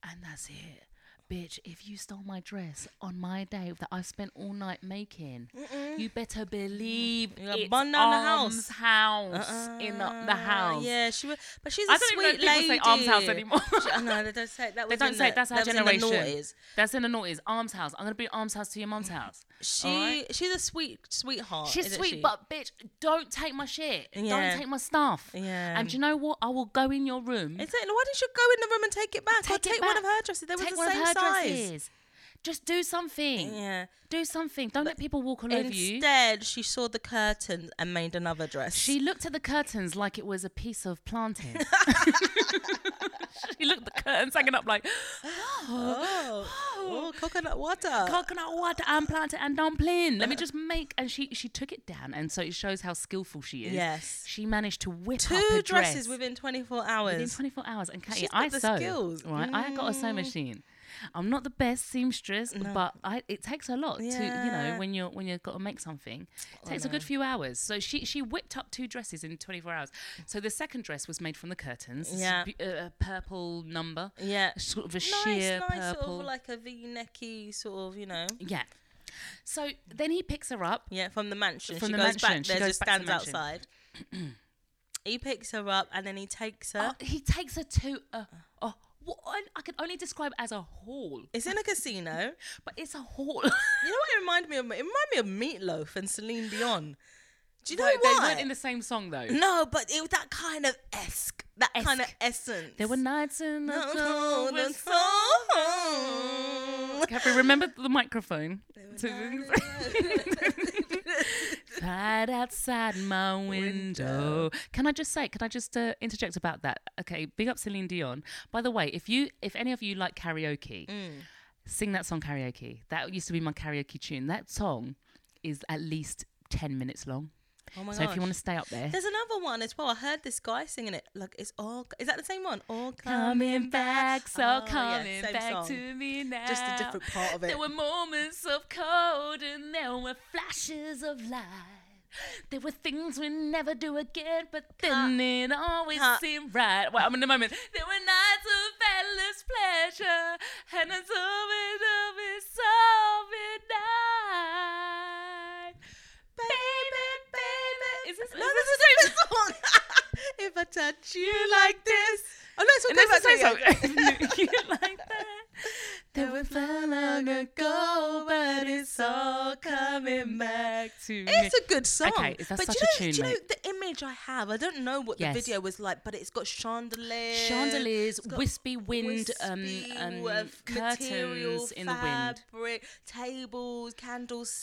S1: And that's it. Bitch, if you stole my dress on my day that I spent all night making, you better believe
S2: You're gonna
S1: it's
S2: burn down the
S1: arms house in the, the
S2: Ah,
S1: house.
S2: Yeah, she was, but she's a
S1: I don't even know
S2: sweet
S1: if people say arms house
S2: lady.
S1: anymore.
S2: She- oh, no, they don't say it. that.
S1: [LAUGHS] They
S2: was
S1: don't
S2: in
S1: say
S2: the-
S1: it. that's our
S2: that was in the
S1: generation.
S2: 90s.
S1: that's in the noughties. Arms house. I'm gonna be arms house to your
S2: [LAUGHS]
S1: mom's house.
S2: She
S1: Alright.
S2: she's a sweet sweetheart.
S1: She's
S2: isn't
S1: sweet,
S2: she?
S1: but bitch, don't take my shit.
S2: Yeah.
S1: Don't take my stuff.
S2: Yeah.
S1: And do you know what? I will go in your room.
S2: Exactly. Why didn't you go in the room and take it back?
S1: Take
S2: or
S1: it
S2: take one
S1: back.
S2: of her dresses. They were
S1: take
S2: the
S1: one
S2: same
S1: of her
S2: size.
S1: dresses. Just do something.
S2: Yeah.
S1: Do something. Don't let people walk all over you.
S2: Instead, she saw the curtain and made another dress.
S1: She looked at the curtains like it was a piece of [LAUGHS]
S2: [LAUGHS]
S1: planting. she looked at the curtains hanging up like [GASPS]
S2: oh, oh, coconut water.
S1: coconut water and plantain and dumpling. Let me just make and she she took it down and so it shows how skillful she is.
S2: Yes.
S1: She managed to whip up
S2: Two
S1: a
S2: dresses
S1: dress.
S2: within 24
S1: Within
S2: hours.
S1: 24 hours. And Katie,
S2: She's got
S1: I
S2: the
S1: sew.
S2: skills.
S1: Right, I got a sew machine. I'm not the best seamstress, but I, it takes a lot to you
S2: Yeah.
S1: know when you're when you've got to make something. It takes a good few hours. So she she whipped up two dresses in 24 hours. So the second dress was made from the curtains. It's a
S2: Yeah.
S1: bu- uh, a, a purple number,
S2: yeah.
S1: sort of a sheer
S2: Nice, nice
S1: purple.
S2: sort of like a V-necky sort of, you know.
S1: yeah. So then he picks her up.
S2: Yeah, from the mansion.
S1: From
S2: she
S1: the
S2: goes
S1: mansion.
S2: back
S1: She
S2: there,
S1: goes
S2: just
S1: back to the
S2: stands
S1: mansion.
S2: outside.
S1: [CLEARS THROAT]
S2: he picks her up and then he takes her.
S1: Oh, he takes her to a, a what I, I can only describe as a hall,
S2: It's in a casino.
S1: but it's a hall. [LAUGHS]
S2: You know what it reminded me of? It reminded me of Meatloaf and Celine Dion. Do you know
S1: Right,
S2: why? Mm.
S1: They weren't in the same song though.
S2: no, but it was that kind of esque, that kind of
S1: Esque.
S2: essence. Oh,
S1: There were nights in the cold and [LAUGHS] sun.
S2: soul.
S1: Catherine, remember the microphone. [LAUGHS] To [LAUGHS] Right outside my window. Can I just say? Can I just uh, interject about that? Okay, big up Celine Dion. By the way, if you, if any of you like karaoke,
S2: Mm.
S1: sing that song karaoke. That used to be my karaoke tune. That song is at least ten minutes long.
S2: Oh my
S1: so if you
S2: gosh.
S1: want to stay up there,
S2: There's another one as well. I heard this guy singing it. Like it's all. Is that the same one? All
S1: coming back, so
S2: Oh, yeah,
S1: coming
S2: same
S1: back
S2: song.
S1: to me now.
S2: Just a different part of it.
S1: There were moments of cold and there were flashes of light. There were things we never do again, but then it always
S2: Cut.
S1: seemed right. Well, I'm in the moment. There were nights of endless pleasure, and it's all been, all been, so midnight. Baby, baby. Is this, is
S2: No,
S1: this
S2: [LAUGHS] this is the song. [LAUGHS] if I touch you like this. Oh, no, it's all
S1: And that's
S2: goes back
S1: the
S2: to
S1: same
S2: the
S1: song. [LAUGHS] you like that? That was so long ago, but it's all coming back to me.
S2: It's a good song.
S1: Okay, is that
S2: but do
S1: such a
S2: you know,
S1: tune,
S2: do you know
S1: mate?
S2: the image I have? I don't know what
S1: Yes.
S2: the video was like, but it's got chandeliers.
S1: Chandeliers,
S2: got
S1: wispy wind,
S2: wispy,
S1: um,
S2: uh,
S1: um, curtains in the wind.
S2: fabric, tables,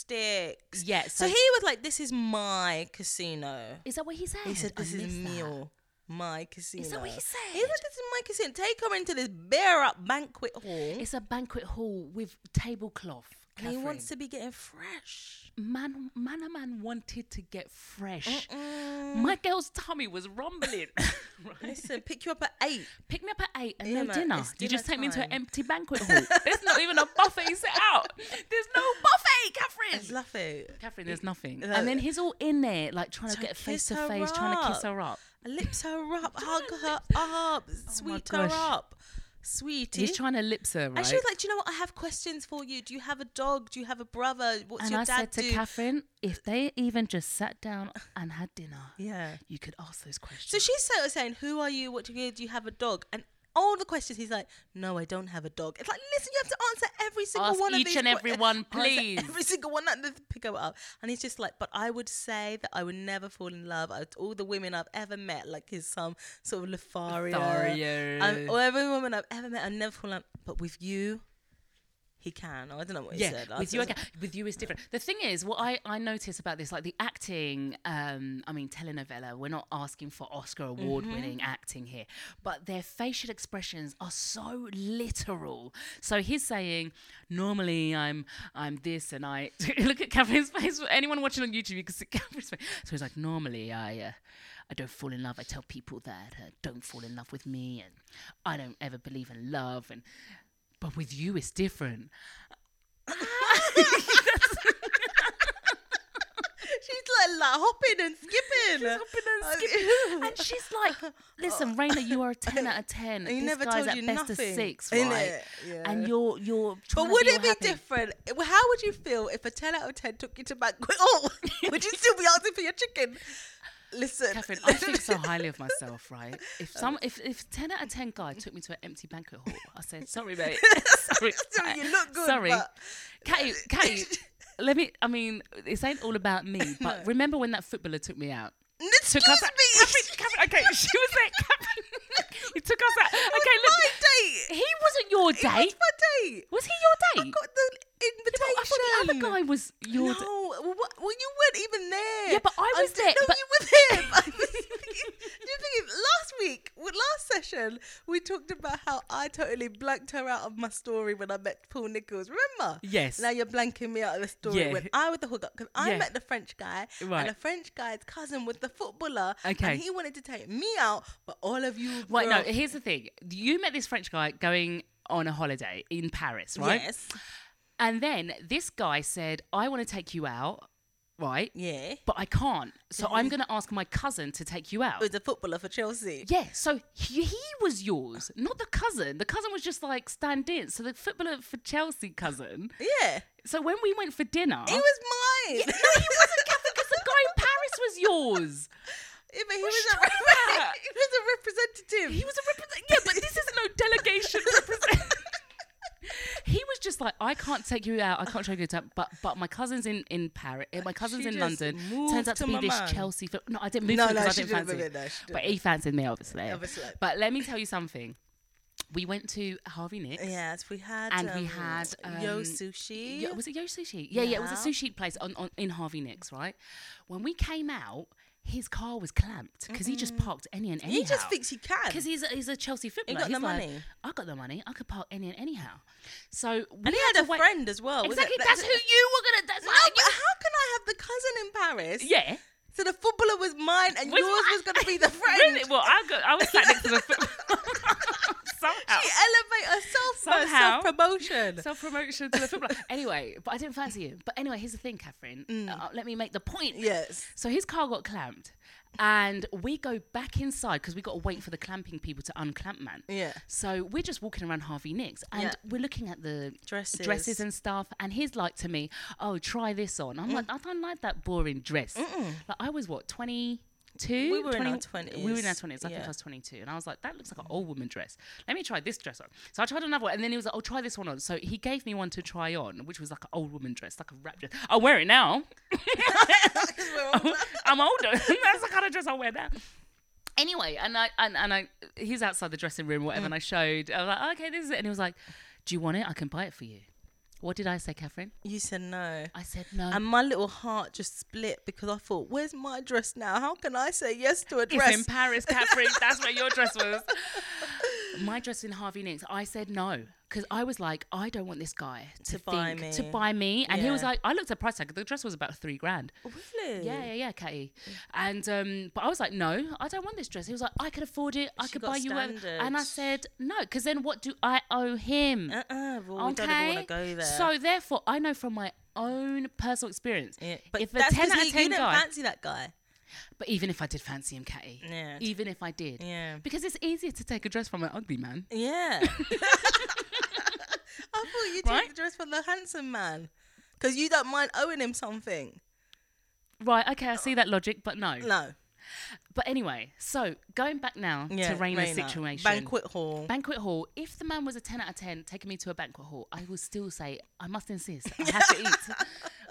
S2: candlesticks.
S1: Yeah,
S2: So
S1: so,
S2: he was like, "This is my casino."
S1: is that what he said?
S2: He said,
S1: I
S2: "This is
S1: missed that.
S2: meal, my casino."
S1: what he
S2: He was like, "This is my casino. Take her into this bear up banquet hall."
S1: It's a banquet hall with tablecloth.
S2: and he wants
S1: Catherine.
S2: to be getting fresh.
S1: man, man, a man wanted to get fresh. My girl's tummy was
S2: [LAUGHS]
S1: rumbling. right?
S2: Listen, pick you up at
S1: [LAUGHS]
S2: eight.
S1: Pick me up at eight and
S2: Yeah,
S1: no
S2: man,
S1: dinner.
S2: it's
S1: You just
S2: dinner
S1: take me into an
S2: time.
S1: empty
S2: [LAUGHS]
S1: banquet hall. There's not even a buffet set out. There's no buffet,
S2: It's
S1: Catherine.
S2: lovely.
S1: Catherine, there's nothing.
S2: No.
S1: And then he's all in there, like trying to
S2: Trying
S1: get
S2: to
S1: face
S2: kiss
S1: to
S2: her
S1: face, trying to kiss
S2: up.
S1: her up.
S2: Lips her up, hug her up, sweet her
S1: Oh gosh.
S2: up, sweetie.
S1: He's trying to lips her, right?
S2: and she was like, "Do you know what? I have questions for you. Do you have a dog? Do you have a brother? What's
S1: and
S2: your
S1: I
S2: dad
S1: said to
S2: do?"
S1: Catherine, if they even just sat
S2: [LAUGHS]
S1: down and had dinner,
S2: yeah.
S1: you could ask those questions.
S2: So she's sort of saying, "Who are you? What do you do? You have a dog?" And all the questions, he's like, "No, I don't have a dog." It's like, listen, you have to answer every single
S1: Ask
S2: one of
S1: each
S2: these.
S1: and
S2: que- [LAUGHS]
S1: every one,
S2: Answer
S1: please.
S2: Every [LAUGHS] single one. Like, let's pick 'em up. And he's just like, "But I would say that I would never fall in love. I, all the women I've ever met, like, is some sort of Lothario.
S1: Lothario.
S2: Um, or every woman I've ever met, I've never fallen. in love. But with you, he can. Oh, I don't know what he
S1: yeah,
S2: said. I
S1: with
S2: was
S1: you,
S2: just-
S1: again, with you is different. The thing is, what I I notice about this, like the acting, um, I mean, telenovela. We're not asking for Oscar award winning acting here, but their facial expressions are so literal. So he's saying, normally I'm I'm this, and I [LAUGHS] look at Catherine's face. Anyone watching on YouTube, you can see Catherine's face. So he's like, normally I. Uh, I don't fall in love. I tell people that uh, don't fall in love with me, and I don't ever believe in love. And but with you, it's different.
S2: [LAUGHS] She's like, like hopping and skipping. She's
S1: hopping
S2: [LAUGHS]
S1: and skipping. [LAUGHS] and she's like, "Listen, Raina, you are a ten out of ten.
S2: Oh. he
S1: this
S2: never
S1: guy's
S2: told
S1: at
S2: you
S1: best a
S2: nothing,
S1: six,
S2: innit?
S1: right? And
S2: Yeah.
S1: you're you're. trying
S2: But
S1: to
S2: would
S1: be
S2: it
S1: all
S2: be
S1: happy.
S2: different? Well, How would you feel if a 10 out of 10 took you to banquet? Oh, [LAUGHS] would you still be asking for your chicken? Listen. [LAUGHS]
S1: Catherine, I think so highly of myself, right? If some, if if ten out of ten guy took me to an empty banquet hall, I said, "Sorry, mate. [LAUGHS] sorry,
S2: Sorry, you look good,
S1: Sorry,
S2: but- [LAUGHS]
S1: Catty, Catty. Let me. I mean, this ain't all about me. But
S2: [LAUGHS]
S1: remember when that footballer took me out?
S2: Excuse
S1: Took us out. [LAUGHS] Catherine,
S2: me.
S1: Catherine,
S2: [LAUGHS]
S1: okay, [LAUGHS] she was like, Catherine, [LAUGHS] you took us out. Okay,
S2: was
S1: look,
S2: my date.
S1: he wasn't your
S2: It was
S1: date.
S2: my date.
S1: Was he your
S2: I
S1: date?
S2: got the
S1: Well,
S2: invitation.
S1: I thought the other guy was your.
S2: No,
S1: d-
S2: well, what, well, you weren't even there.
S1: Yeah, but I was
S2: d-
S1: there,
S2: No,
S1: but-
S2: you were there. [LAUGHS] But I was thinking, you think last week, well, last session, we talked about how I totally blanked her out of my story when I met Paul Nichols. Remember?
S1: Yes.
S2: Now you're blanking me out of the story
S1: Yeah.
S2: when I was the hookup because I
S1: Yeah.
S2: met the French guy,
S1: Right.
S2: and the French guy's cousin was the footballer,
S1: Okay.
S2: and he wanted to take me out, but all of you.
S1: Right, no,
S2: girls-
S1: here's the thing. You met this French guy going on a holiday in Paris, right?
S2: Yes.
S1: And then this guy said, I want to take you out, right?
S2: Yeah. Mm-hmm.
S1: But I can't. So I'm going to ask my cousin to take you out.
S2: It was a footballer for Chelsea.
S1: Yeah, so he, he was yours, not the cousin. The cousin was just like stand in. So the footballer for Chelsea cousin.
S2: Yeah.
S1: So when we went for dinner,
S2: He was
S1: Oh. Yeah,
S2: mine. [LAUGHS]
S1: [LAUGHS] no, he wasn't Catherine because the guy in Paris was yours.
S2: Yeah, but he
S1: What's
S2: was, [LAUGHS] a,
S1: wrong with that?
S2: he was a representative.
S1: He was a representative. Yeah, but this is no delegation representative. [LAUGHS] he was just like, I can't take you out. I can't take you out. But but my cousins in in Paris, eh, my cousins
S2: She
S1: in
S2: just
S1: London.
S2: moved
S1: Turns out to,
S2: to
S1: be
S2: my
S1: this
S2: man.
S1: Chelsea. Fo- no, I didn't move
S2: No,
S1: him
S2: no,
S1: because
S2: she
S1: I didn't
S2: didn't
S1: fancy.
S2: move
S1: him.
S2: him, no, she
S1: but he fancied me, obviously.
S2: Obviously.
S1: But let me tell you something. We went to Harvey Nick.
S2: Yes, we had
S1: And we
S2: um,
S1: had,
S2: Yo
S1: um,
S2: Sushi.
S1: Yeah, was it Yo Sushi? Yeah, yeah, it was a
S2: Yeah.
S1: sushi place on, on in Harvey Nicks, right? When we came out, his car was clamped because he just parked any and anyhow.
S2: Mm. he just thinks he can.
S1: because he's a, he's a Chelsea footballer.
S2: got the
S1: He's like,
S2: money.
S1: I got the money. I could park any and anyhow. So we
S2: and he
S1: to
S2: had a
S1: wait-
S2: friend as well. was it?
S1: Exactly. That's who you were gonna. That's
S2: No,
S1: like,
S2: but how can I have the cousin in Paris?
S1: you, [LAUGHS] yeah.
S2: So the footballer was mine, and
S1: Was
S2: yours
S1: my-
S2: was going to be the friend.
S1: [LAUGHS] Really? Well, I got. I was sat next to the
S2: [LAUGHS]
S1: footballer. [LAUGHS] Somehow.
S2: She elevate herself for
S1: Somehow.
S2: self promotion.
S1: Self promotion to the footballer. anyway, but I didn't [LAUGHS]
S2: Mm.
S1: fancy him. But anyway, here's the thing, Catherine. Uh, let me make the point.
S2: Yes.
S1: So his car got clamped, and we go back inside because we got to wait for the clamping people to unclamp man.
S2: Yeah.
S1: So we're just walking around Harvey Nicks and
S2: Yeah.
S1: we're looking at the
S2: Dresses.
S1: dresses and stuff. And he's like to me, "Oh, try this on." I'm like,
S2: Mm.
S1: "I don't like that boring dress." Like I was what twenty two.
S2: We were in our
S1: We were in our
S2: 20s,
S1: twenties. I think
S2: yeah.
S1: I was twenty two, and I was like, "That looks like an old woman dress." Let me try this dress on. So I tried another one, and then he was like, "Oh, try this one on." So he gave me one to try on, which was like an old woman dress, like a wrap dress. I wear it now. [LAUGHS] I'm older. That's the kind of dress I wear now. Anyway, and I and, and I he's outside the dressing room,
S2: Mm.
S1: whatever, and I showed. I was like, okay, this is it. And he was like, Do you want it? I can buy it for you. What did I say, Catherine?
S2: You said no.
S1: I said no. [LAUGHS]
S2: And my little heart just split because I thought, where's my dress now? How can I say yes to a
S1: It's
S2: dress?
S1: in Paris, Catherine. That's where your dress
S2: [LAUGHS]
S1: was. My dress in Harvey Nicks. I said no because I was like, I don't want this guy to,
S2: To buy
S1: think- to
S2: me.
S1: buy me. And he was
S2: Yeah.
S1: like, I looked at price tag. The dress was about three grand.
S2: really?
S1: Yeah, yeah, yeah, Katie. And um, but I was like, no, I don't want this dress. He was like, I could afford it. I
S2: She
S1: could
S2: got
S1: buy you one. And I
S2: standards.
S1: said no, because then what do I owe him?
S2: Uh-uh. Well, we don't even want to go there.
S1: So therefore, I know from my own personal experience,
S2: yeah. but
S1: if a
S2: that's
S1: ten
S2: 'cause
S1: out
S2: you-
S1: of ten
S2: you didn't
S1: guy,
S2: fancy that guy.
S1: but even if I did fancy him, Katie,
S2: Yeah.
S1: even if I did,
S2: Yeah.
S1: because it's easier to take a dress from an ugly man. [LAUGHS]
S2: Yeah. I thought you took
S1: Right?
S2: the dress for the handsome man because you don't mind owing him something.
S1: Right? Okay, I see that logic, but no.
S2: No.
S1: But anyway, so going back now
S2: Yeah.
S1: to Raina's
S2: Raina.
S1: situation,
S2: Banquet hall.
S1: Banquet hall. If the man was a ten out of ten, taking me to a banquet hall, I will still say I must insist. I have to eat.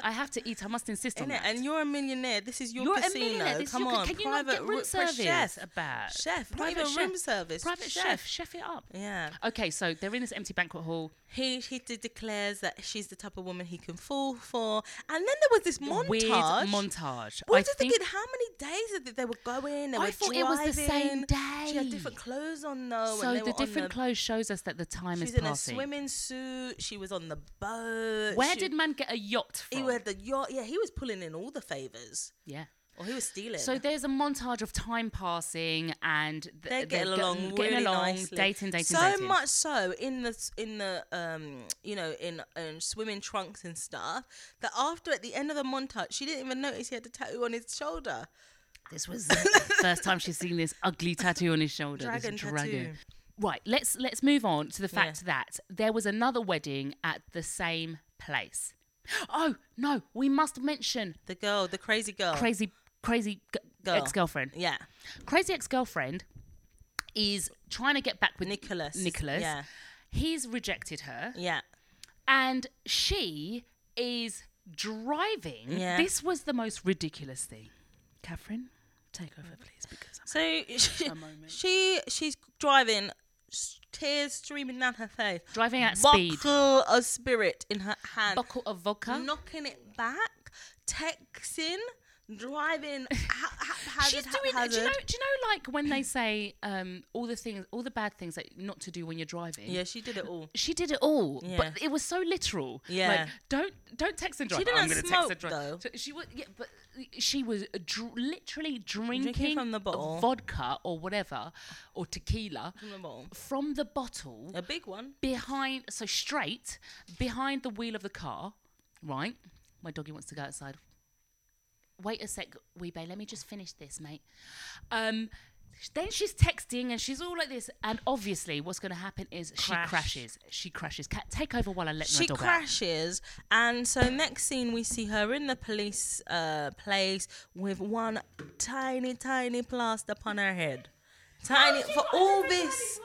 S1: I have to eat. I must insist on
S2: Innit?
S1: that.
S2: And you're a millionaire. This is your
S1: You're
S2: casino.
S1: a millionaire. This
S2: Come
S1: is your,
S2: on,
S1: can you
S2: private
S1: not get room
S2: ru-
S1: service?
S2: Chef,
S1: about
S2: chef, not even room service.
S1: Private chef. chef, it up.
S2: Yeah.
S1: Okay, so they're in this empty banquet hall.
S2: He he de- declares that she's the type of woman he can fall for. And then there was this montage.
S1: Weird montage.
S2: Where
S1: I
S2: did
S1: think
S2: they get how many days that they were going? They
S1: I
S2: were
S1: thought
S2: driving.
S1: it was the same
S2: She had
S1: day.
S2: different clothes on though. and
S1: so.
S2: they
S1: The
S2: were on
S1: different clothes shows us that the time
S2: She was
S1: is
S2: in
S1: passing.
S2: a swimming suit. She was on the boat.
S1: Where
S2: she-
S1: did man get a yacht from?
S2: he had the yacht? Yeah, he was pulling in all the favors,
S1: yeah.
S2: or he was stealing.
S1: So there's a montage of time passing and th-
S2: they're getting
S1: go-
S2: along
S1: getting
S2: really
S1: along,
S2: nicely.
S1: dating, dating,
S2: so
S1: dating.
S2: much so in the s- in the um you know in, in swimming trunks and stuff that after at the end of the montage she didn't even notice he had a tattoo on his shoulder.
S1: This was the first time she's seen this ugly tattoo on his shoulder.
S2: Dragon
S1: this
S2: tattoo.
S1: dragon. Right, let's let's move on to the
S2: Yeah.
S1: fact that there was another wedding at the same place. Oh no, we must mention
S2: The girl, the crazy girl.
S1: crazy crazy g-
S2: Oh. Girl.
S1: ex-girlfriend.
S2: yeah,
S1: Crazy ex-girlfriend is trying to get back with
S2: Nicholas.
S1: Nicholas.
S2: Yeah,
S1: He's rejected her
S2: yeah.
S1: and she is driving.
S2: Yeah.
S1: This was the most ridiculous thing. Catherine, take over please because I'm
S2: So [LAUGHS] she, she she's driving, s- tears streaming down her face.
S1: driving at
S2: Buckle
S1: speed.
S2: of spirit in her hand.
S1: Buckle of vodka.
S2: knocking it back, texting,
S1: [LAUGHS]
S2: driving. Ha- ha-
S1: She's doing. Do you know? Do you know? Like when they say um, all the things, all the bad things that not to do when you're driving.
S2: Yeah, she did it all.
S1: She did it all,
S2: Yeah.
S1: but it was so literal.
S2: Yeah.
S1: Like, don't don't text and drive.
S2: She didn't
S1: I'm gonna
S2: smoke,
S1: text and drive.
S2: though.
S1: So she was, yeah, but she was dr- literally drinking,
S2: from the bottle.
S1: vodka or whatever, or tequila
S2: From the bottle.
S1: from the bottle
S2: A big one.
S1: behind, so straight behind the wheel of the car, right? My doggy wants to go outside. Wait a sec, Weebay. Let me just finish this, mate. Um, then she's texting and she's all like this, and obviously, what's going to happen is
S2: Crash.
S1: she crashes. She crashes. Ca take over while I let my
S2: She
S1: dog out.
S2: crashes, and so next scene we see her in the police uh, place with one tiny, tiny plaster upon her head. Tiny for all this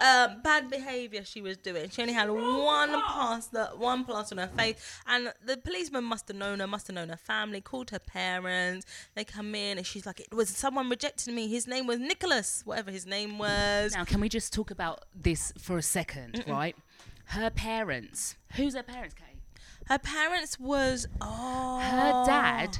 S2: uh, bad behaviour she was doing. She only had one plaster, one plaster on her face, and the policeman must have known her, must have known her family, called her parents. They come in, and she's like, "It was someone rejected me. His name was Nicholas, whatever his name was."
S1: Now, can we just talk about this for a 2nd right? Her parents. Who's her parents, Kate?
S2: Her parents was oh
S1: Her dad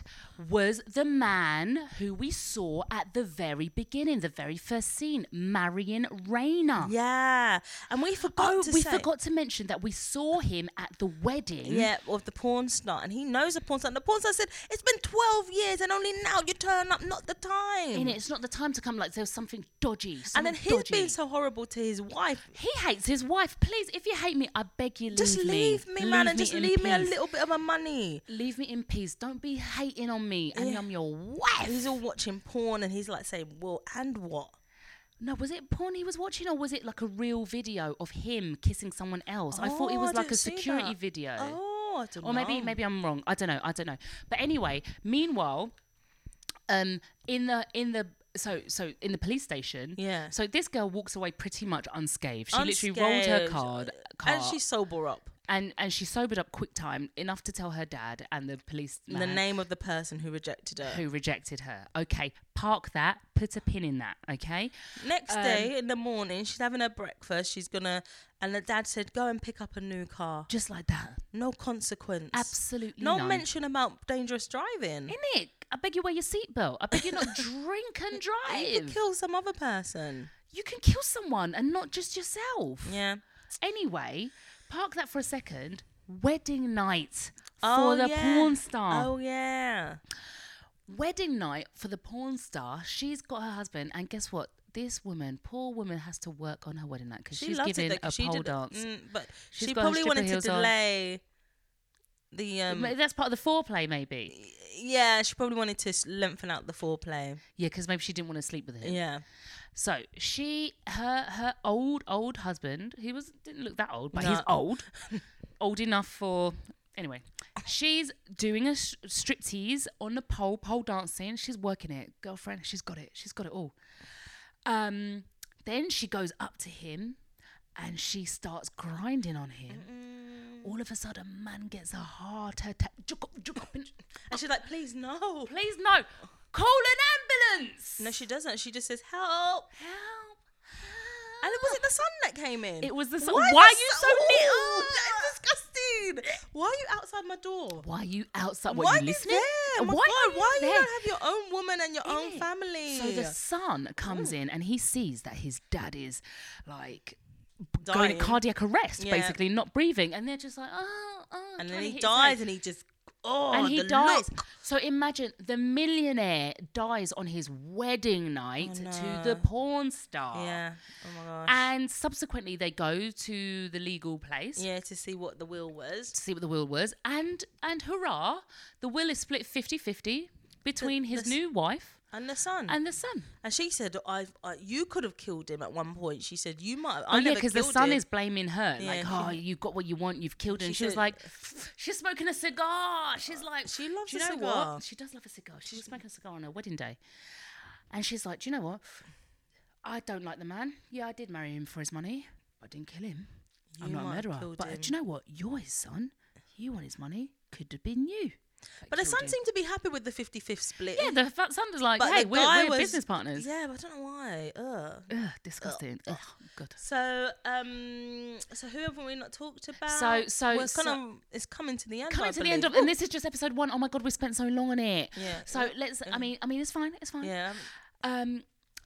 S1: was the man who we saw at the very beginning, the very first scene, Marion Rayner.
S2: Yeah, and we forgot
S1: Oh,
S2: to
S1: we
S2: say-
S1: forgot to mention that we saw him at the wedding.
S2: Yeah, of the porn star, and he knows the porn star. And the porn star said, "It's been twelve years, and only now you turn up, not the time."
S1: And it's not the time to come. Like there was something dodgy.
S2: and
S1: something
S2: then he's
S1: dodgy.
S2: being so horrible to his wife.
S1: He hates his wife. Please, if you hate me, I beg you, leave
S2: Just leave me, man, and just
S1: in
S2: leave me a
S1: peace.
S2: little bit of my money.
S1: Leave me in peace. Don't be hating on me and
S2: Yeah.
S1: I'm your wife.
S2: He's all watching porn and he's like saying, well, and what?
S1: No, was it porn he was watching, or was it like a real video of him kissing someone else? I thought it
S2: Oh,
S1: was
S2: I
S1: like a
S2: didn't see
S1: security
S2: that.
S1: video.
S2: Oh, I don't
S1: or maybe
S2: know.
S1: maybe I'm wrong. I don't know. I don't know. But anyway, meanwhile, um, in the in the so so in the police station,
S2: Yeah.
S1: So this girl walks away pretty much unscathed. She literally rolled her
S2: Unscathed.
S1: card, card
S2: And she's sober up.
S1: and and she sobered up quick time enough to tell her dad and the police
S2: The name of the person who rejected her.
S1: who rejected her. Okay, park that. Put a pin in that. Okay.
S2: Next
S1: um,
S2: day in the morning, she's having her breakfast. She's gonna, and the dad said, "Go and pick up a new car.
S1: Just like that.
S2: No consequence.
S1: Absolutely
S2: No
S1: none.
S2: mention about dangerous driving.
S1: Innit? I beg you wear your seatbelt. I beg you [LAUGHS] not drink and
S2: You could
S1: drive.
S2: kill some other person.
S1: You can kill someone and not just yourself.
S2: Yeah.
S1: Anyway, park that for a second. Wedding night for
S2: Oh,
S1: the
S2: yeah.
S1: porn star.
S2: Oh yeah.
S1: Wedding night for the porn star. She's got her husband, and guess what? This woman, poor woman, has to work on her wedding night because
S2: She
S1: she's
S2: loved it
S1: giving
S2: though, 'cause
S1: a
S2: she
S1: pole
S2: did-
S1: dance.
S2: mm, but
S1: She's
S2: she
S1: got her
S2: probably
S1: stripper
S2: wanted to
S1: heels on.
S2: delay the um.
S1: Maybe That's part of the foreplay, maybe.
S2: Yeah, she probably wanted to s- lengthen out the foreplay.
S1: Yeah, because maybe she didn't want to sleep with him.
S2: Yeah.
S1: So she, her, her old, old husband, he was didn't look that old, but he's
S2: No.
S1: old, [LAUGHS] old enough for. Anyway, she's doing a sh- striptease on the pole, pole dancing. She's working it, girlfriend. She's got it. She's got it all. Um, then she goes up to him, and she starts grinding on him. All of a sudden, man gets a heart attack. Juk up, juk up, and-
S2: And she's like, please no.
S1: Please no, call an ambulance.
S2: No, she doesn't. She just says help.
S1: Help. help.
S2: And it was it the sun that came in.
S1: It was the sun.
S2: is
S1: Why are
S2: the
S1: you
S2: sun-
S1: [LAUGHS] so oh,
S2: Ooh,
S1: little?
S2: That is disgusting. Why are you outside my door?
S1: Why are you outside? What,
S2: Why
S1: you
S2: are
S1: listening?
S2: there? Oh my
S1: why
S2: God,
S1: are you
S2: why you
S1: there?
S2: don't have your own woman and your own
S1: Innit?
S2: family? Mm.
S1: So the son comes in and he sees that his dad is like going
S2: Dying.
S1: to cardiac arrest,
S2: Yeah.
S1: basically not breathing, and they're just like, oh, oh. trying
S2: and then
S1: to
S2: he
S1: hit his head.
S2: dies, and he just oh,
S1: and he
S2: the
S1: dies.
S2: look.
S1: So imagine the millionaire dies on his wedding night to the porn star.
S2: Oh, Yeah. Oh my gosh.
S1: And subsequently, they go to the legal place.
S2: yeah, to see what the will was.
S1: to see what the will was and and hurrah the will is split 50-50 between his
S2: the s-
S1: new wife
S2: And the son. And,
S1: and the son
S2: she said, I've, I, you could have killed him at one point. She said, you might have.
S1: oh
S2: I
S1: yeah
S2: never
S1: because the
S2: killed
S1: son
S2: him."
S1: is blaming her like
S2: Yeah.
S1: oh you got what you want you've killed him she,
S2: She
S1: was
S2: said-
S1: like she's smoking a cigar she's like
S2: She loves
S1: "Do you
S2: a
S1: know
S2: cigar."
S1: what? she does love a cigar she was smoking a cigar on her wedding day and she's like do you know what i don't like the man yeah i did marry him for his money but i didn't kill him i'm
S2: You
S1: not a
S2: might have
S1: murderer
S2: killed
S1: but uh, do you know what you're his son you want his money could have been you that
S2: But the
S1: killed
S2: son
S1: him.
S2: seemed to be happy with the 55th split.
S1: Yeah, the fa- son was like,
S2: But
S1: hey,
S2: the
S1: we're,
S2: guy
S1: we're
S2: was-
S1: business partners.
S2: Yeah, but I don't know why. Ugh.
S1: Ugh, disgusting. Ugh, God.
S2: So, um, so who haven't we not talked about?
S1: So- so-
S2: Well, it's,
S1: so-
S2: kind of, it's coming to the end. I
S1: Coming to the end of,
S2: believe.
S1: and this is just episode one. Oh my God, we spent so long on it.
S2: Yeah. Mm.
S1: So let's. I mean, I mean, it's fine. It's fine.
S2: yeah,
S1: Um,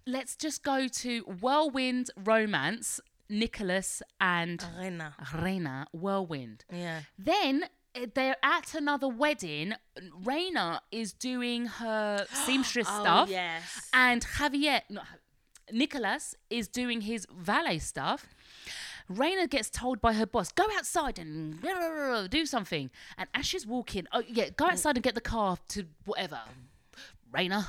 S1: let's just go to whirlwind romance. Nicholas and
S2: Uh. Arena.
S1: Reina whirlwind.
S2: Yeah,
S1: Then uh, they're at another wedding. Reina is doing
S2: [GASPS]
S1: her seamstress stuff.
S2: Oh, yes.
S1: and Javier, not Jav- Nicolas is doing his valet stuff. Raina gets told by her boss, "Go outside and [LAUGHS] blah, blah, blah, blah, do something." And as she's walking, oh yeah, go outside and get the car to whatever, Raina.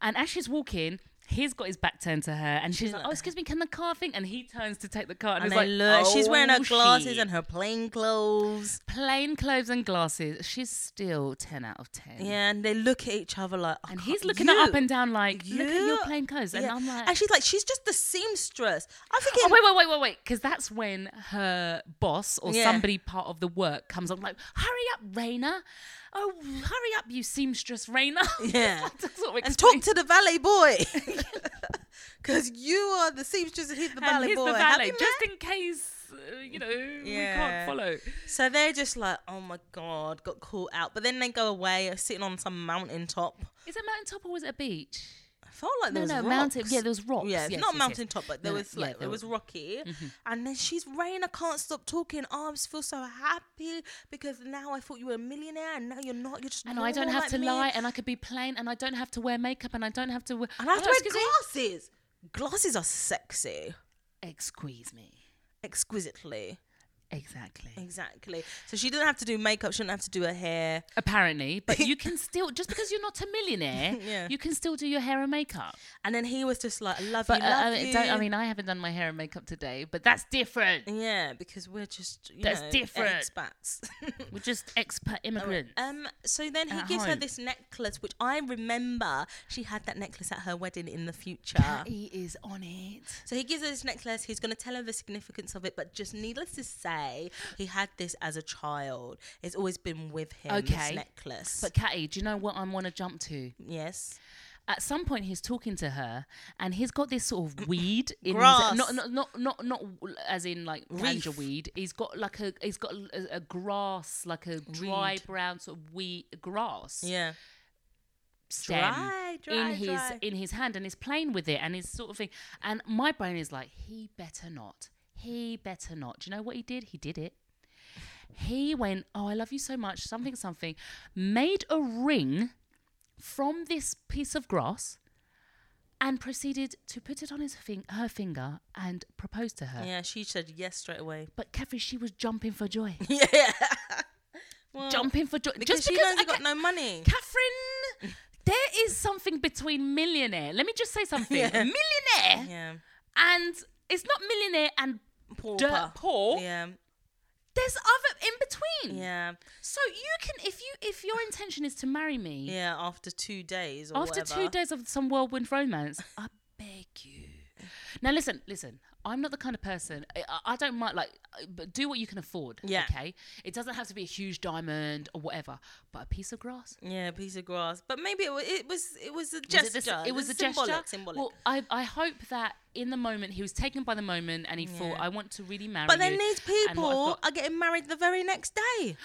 S1: And as she's walking, he's got his back turned to her, and she's, like, "Oh, excuse me, can the car thing?" And he turns to take the car, and,
S2: And
S1: he's like,
S2: then look, she's wearing her
S1: "Oh, Mm.
S2: glasses
S1: shit."
S2: and her plain clothes.
S1: plain clothes and glasses. She's still ten out of ten.
S2: Yeah, and they look at each other like.
S1: And
S2: "Oh,
S1: he's looking her
S2: you,
S1: up and down like, "Look at your
S2: you-
S1: plain clothes," and
S2: yeah.
S1: I'm like,
S2: and she's like, she's just the seamstress. I'm thinking,
S1: Oh, wait, wait, wait, wait, wait. Because that's when her boss or
S2: Yeah.
S1: somebody part of the work comes up like, hurry up, Raina. Oh, hurry up, you seamstress, Raina. [LAUGHS]
S2: Yeah.
S1: that's what we
S2: and talk to the valet boy,
S1: [LAUGHS]
S2: [LAUGHS] because you are the seamstress and he's the valet
S1: and he's
S2: boy.
S1: the
S2: Have
S1: valet,
S2: you
S1: just in case, uh, you know, we can't
S2: Yeah.
S1: follow.
S2: So they're just like, oh my god, got caught out. But then they go away, uh, sitting on some mountain top.
S1: Is it mountaintop or was it a beach?
S2: I felt like there
S1: No,
S2: was
S1: no,
S2: rocks.
S1: mountain. Yeah, there was rocks.
S2: Yeah,
S1: Yes,
S2: not
S1: yes, yes.
S2: mountain top, but there
S1: No, no,
S2: was
S1: yeah,
S2: like
S1: there Mm-hmm.
S2: it was rocky. And then she's Rain. I can't stop talking. Oh, I just feel so happy because now I thought you were a millionaire, and now you're not. You're just
S1: And I don't
S2: normal
S1: have
S2: Oh, like
S1: to
S2: me."
S1: lie, and I could be plain, and I don't have to wear makeup, and I don't have to. Wear-
S2: And I have
S1: Oh,
S2: to wear
S1: excuse me?
S2: glasses. Glasses are sexy,
S1: Excuse me.
S2: exquisitely.
S1: Exactly.
S2: Exactly. So she didn't have to do makeup. She didn't have to do her hair.
S1: Apparently, but
S2: [LAUGHS]
S1: you can still just because you're not a millionaire,
S2: Yeah.
S1: you can still do your hair and makeup.
S2: And then he was just like, "I love
S1: But
S2: you,
S1: uh,
S2: love
S1: I, mean,
S2: you."
S1: don't, I mean, I haven't done my hair and makeup today, but that's different.
S2: yeah, because we're just you
S1: That's
S2: know,
S1: different.
S2: expats. [LAUGHS]
S1: We're just expat immigrants.
S2: um. So then he
S1: At
S2: gives her
S1: home.
S2: this necklace, which I remember she had that necklace at her wedding in the future.
S1: Patty is on it.
S2: So he gives her this necklace. He's going to tell her the significance of it, but just needless to say, he had this as a child. It's always been with him. This
S1: Okay.
S2: necklace.
S1: But Catty, do you know what I want to jump to?
S2: yes.
S1: At some point, he's talking to her, and he's got this sort
S2: [CLEARS THROAT]
S1: of weed in
S2: Grass.
S1: His, not, not not not not as in like
S2: Reef.
S1: ganja weed. He's got like a he's got a, a grass like a dry
S2: Reed.
S1: brown sort of weed grass
S2: Yeah.
S1: stem
S2: Dry, dry,
S1: in his
S2: dry.
S1: in his hand, and he's playing with it, and he's sort of thing. And my brain is like, he better not. He better not. Do you know what he did? He did it. He went, oh, I love you so much. Something, something. Made a ring from this piece of grass. And proceeded to put it on his fing- her finger and propose to her.
S2: Yeah. She said yes straight away.
S1: But Catherine, she was jumping for
S2: [LAUGHS]
S1: joy,
S2: yeah. Well,
S1: jumping for joy.
S2: because
S1: Just
S2: she
S1: because
S2: knows
S1: I
S2: he got
S1: ca-
S2: no money.
S1: Catherine, there is something between millionaire. Let me just say something.
S2: [LAUGHS] Yeah.
S1: Millionaire
S2: Yeah.
S1: and it's not millionaire and
S2: Poor.
S1: dirt poor.
S2: Yeah.
S1: There's other in between.
S2: Yeah.
S1: So you can if you if your intention is to marry me
S2: Yeah. After two days or
S1: after
S2: whatever.
S1: two days of some whirlwind romance, I beg you. Now listen, listen. I'm not the kind of person. I- I, I don't mind like, uh, but do what you can afford.
S2: Yeah.
S1: Okay. It doesn't have to be a huge diamond or whatever, but a piece of grass.
S2: Yeah, piece of grass. But maybe it was it was, it was a
S1: Was
S2: gesture.
S1: it the- It was a
S2: symbolic,
S1: gesture.
S2: Symbolic.
S1: Well, I, I hope that in the moment he was taken by the moment and he thought,
S2: Yeah.
S1: I want to really marry
S2: but then
S1: you
S2: these
S1: and what I've
S2: people
S1: got."
S2: are getting married the very next
S1: [GASPS]
S2: day.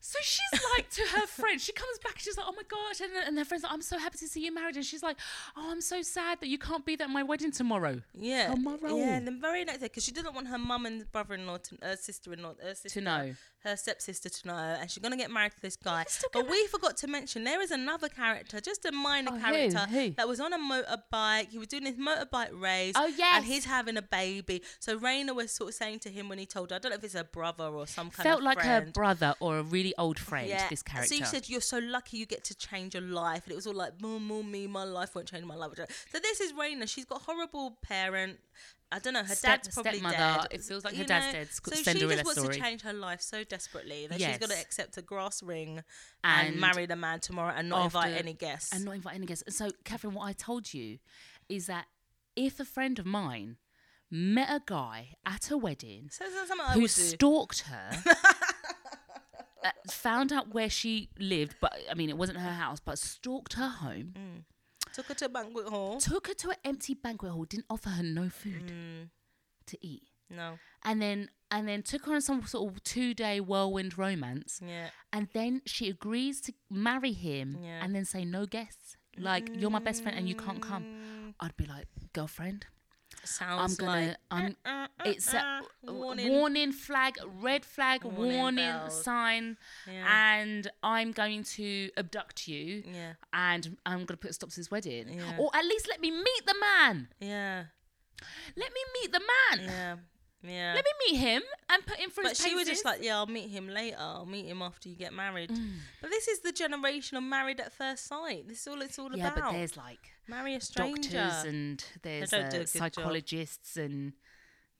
S1: So she's like to her friend, she comes back, she's like, oh my gosh. And, and her friend's like, I'm so happy to see you married. And she's like, oh, I'm so sad that you can't be there at my wedding tomorrow.
S2: Yeah,
S1: Tomorrow.
S2: Yeah, the very next day because she didn't want her mum and brother-in-law, to, her sister-in-law, her sister,
S1: know.
S2: her stepsister to know, and she's gonna get married to this guy.
S1: still
S2: But
S1: get
S2: we forgot to mention there is another character, just a minor
S1: Oh, who?
S2: character
S1: Who?
S2: that was on a motorbike. He was doing his motorbike race.
S1: Oh,
S2: and
S1: yes.
S2: he's having a baby. So Raina was sort of saying to him when he told her, I don't know if it's her brother or some kind
S1: Felt
S2: of
S1: like
S2: friend.
S1: her brother or a really old friend, this
S2: and
S1: character.
S2: So you said you're so lucky you get to change your life, and it was all like, "Mum, mum, me, my life won't change, my life." Won't change. So this is Raina. She's got horrible parent. I don't know. Her
S1: Step-
S2: dad's probably
S1: stepmother.
S2: dead.
S1: It feels like
S2: you
S1: her dad's dead. Sc-
S2: So she
S1: Cinderella
S2: just wants
S1: story.
S2: to change her life so desperately that she's got to
S1: Yes.
S2: accept a grass ring and,
S1: And
S2: marry the man tomorrow and not invite
S1: after-
S2: any guests.
S1: and not invite any guests. And so, Catherine, what I told you is that if a friend of mine met a guy at a wedding
S2: so that's something I
S1: who
S2: would do.
S1: stalked
S2: [LAUGHS]
S1: her, uh, found out where she lived, but I mean, it wasn't her house, but stalked her home,
S2: Mm. Took her to a banquet hall.
S1: took her to an empty banquet hall, didn't offer her no food
S2: Mm.
S1: to eat,
S2: No.
S1: and then and then took her on some sort of two day whirlwind romance,
S2: Yeah.
S1: and then she agrees to marry him,
S2: Yeah.
S1: and then say no guests. Like you're my best friend and you can't come. I'd be like, girlfriend, I'm
S2: Sounds
S1: gonna,
S2: Mm. like
S1: I'm.
S2: uh, uh,
S1: It's a
S2: uh,
S1: warning.
S2: warning.
S1: flag, red flag,
S2: Warning
S1: warning,
S2: bells.
S1: sign,
S2: Yeah.
S1: and I'm going to abduct you,
S2: Yeah.
S1: and I'm gonna put a stop to this wedding,
S2: Yeah.
S1: or at least let me meet the man.
S2: Yeah.
S1: Let me meet the man.
S2: Yeah. Yeah.
S1: Let me meet him and put him through.
S2: But
S1: his
S2: she was
S1: paces.
S2: just like, yeah, I'll meet him later. I'll meet him after you get married. But this is the generation of married at first sight. This is all it's all
S1: yeah,
S2: about.
S1: but there's like
S2: Marry a stranger.
S1: doctors and there's
S2: don't do a
S1: uh,
S2: good job.
S1: psychologists and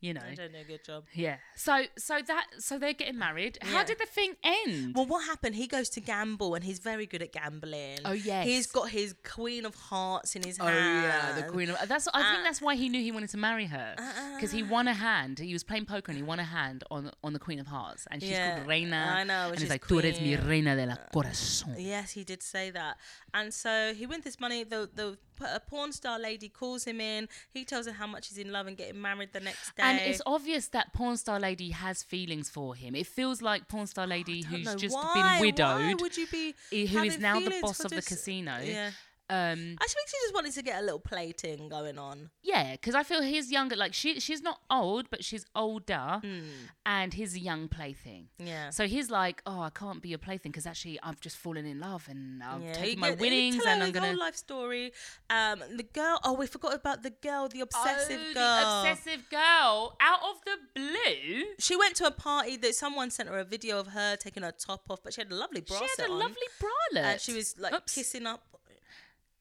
S1: you know.
S2: I don't know. Good job.
S1: Yeah. So so that so they're getting married. How
S2: Yeah.
S1: did the thing end?
S2: Well, what happened? He goes to gamble, and he's very good at gambling.
S1: Oh, yes.
S2: he's got his Queen of Hearts in his
S1: Oh
S2: hand.
S1: yeah, the queen of. That's. I
S2: Uh,
S1: think that's why he knew he wanted to marry her because
S2: Uh-uh.
S1: he won a hand. He was playing poker and he won a hand on on the Queen of Hearts, and she's
S2: Yeah,
S1: called Reina.
S2: I know,
S1: And
S2: which
S1: he's
S2: is
S1: like, "Tú eres mi
S2: queen."
S1: reina de la corazón."
S2: Yes, he did say that. And so he wins this money. The the a porn star lady calls him in. He tells her how much he's in love and getting married the next day.
S1: And it's obvious that porn star lady has feelings for him. It feels like porn star lady
S2: I don't
S1: who's
S2: know
S1: just
S2: why-
S1: been
S2: Why
S1: widowed,
S2: would you be?
S1: i- who is
S2: having
S1: now the
S2: feelings
S1: boss
S2: for
S1: of the
S2: just-
S1: casino.
S2: Yeah.
S1: Um,
S2: I think she just wanted to get a little plating going on.
S1: yeah, because I feel he's younger. Like she, she's not old, but she's older,
S2: Hmm.
S1: and he's a young plaything.
S2: Yeah.
S1: So he's like, "Oh, I can't be a plaything because actually I've just fallen in love and I've
S2: yeah,
S1: taken
S2: he
S1: my
S2: get- he
S1: winnings
S2: tell
S1: and
S2: her
S1: I'm
S2: his
S1: gonna."
S2: whole life story. Um, the girl. Oh, we forgot about the girl, the obsessive
S1: Oh,
S2: girl.
S1: the obsessive girl, out of the blue, do.
S2: She went to a party that someone sent her a video of her taking her top off, but she had a lovely bra
S1: She
S2: set
S1: had a
S2: on,
S1: lovely bralette.
S2: and she was like
S1: Oops.
S2: kissing up.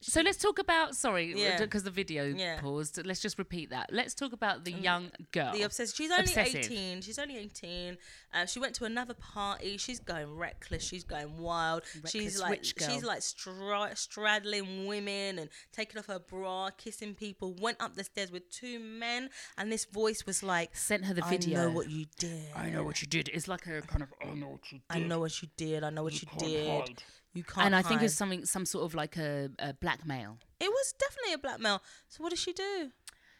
S1: So let's talk about sorry uh,
S2: Yeah.
S1: because the video
S2: Yeah.
S1: paused. Let's just repeat that. Let's talk about Mm, the young girl.
S2: The obsessive. She's only
S1: Obsessive.
S2: 18. She's only 18. Um, she went to another party. She's going reckless. She's going wild. she's
S1: Reckless
S2: like
S1: rich girl.
S2: she's like stra- straddling women and taking off her bra, kissing people. Went up the stairs with two men, and this voice was like,
S1: Sent her the
S2: "I
S1: video.
S2: know what you did.
S1: I know what you did. It's like a kind of I know what you
S2: I
S1: did.
S2: know what you did. I know what you, did.
S1: hide."
S2: You can't."
S1: And I think
S2: hide."
S1: it's something, some sort of like a, a blackmail.
S2: it was definitely a blackmail. So what did she do?